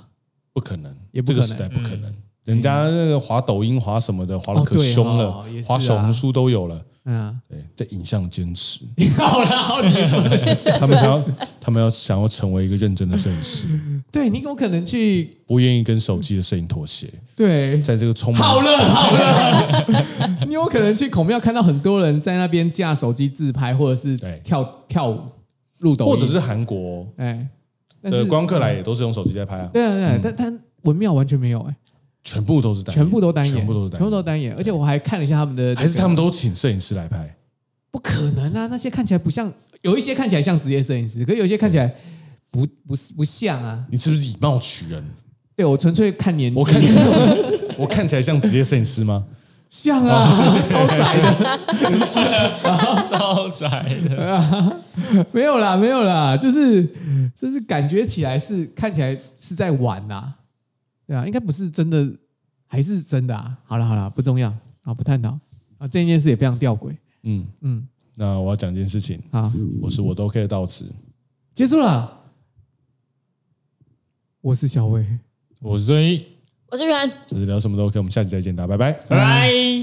不可能，
也不
这个
可
时
能
代
嗯
不可能。人家那个滑抖音、滑什么的，滑的
哦
可
对
凶了
哦也，是
滑小
啊
红书都有了。
嗯、啊，
对，对影像的坚持，
好啦，好你
他们想要，他们要想要成为一个认真的摄 影师，
对你有可能去
不愿意跟手机的摄影妥协，
对。
在这个充满
好了好了，你有可能去孔庙看到很多人在那边架手机自拍，或者是
对
跳跳舞、录抖音，
或者是韩国
哎，但是
的观光客来也都是用手机在拍啊，
对啊对啊，但但文庙完全没有哎，
全部都是单眼，
全部都单眼，
全部都
全
是单
部
眼，
都单眼，而且我还看了一下他们的那个，
还是他们都请摄影师来拍，
不可能啊！那些看起来不像，有一些看起来像职业摄影师，可有一些看起来不不是不像啊。
你是不是以貌取 人？
对我纯粹看年纪，
我看我看起来像职业摄影师吗？
像
哦
啊，超窄的，
超窄的。
没有啦，没有啦，就是就是感觉起来是看起来是在玩呐、对啊，应该不是真的，还是真的啊？好了好了，不重要啊，不探讨啊，这件事也非常吊诡。
嗯
嗯，
那我要讲一件事情，
好，
我是我都 OK 的到此，
结束了。我是小伟。
我是所以，
我是袁，
就是聊什么都 OK，我们下期再见，大家拜拜。
拜拜。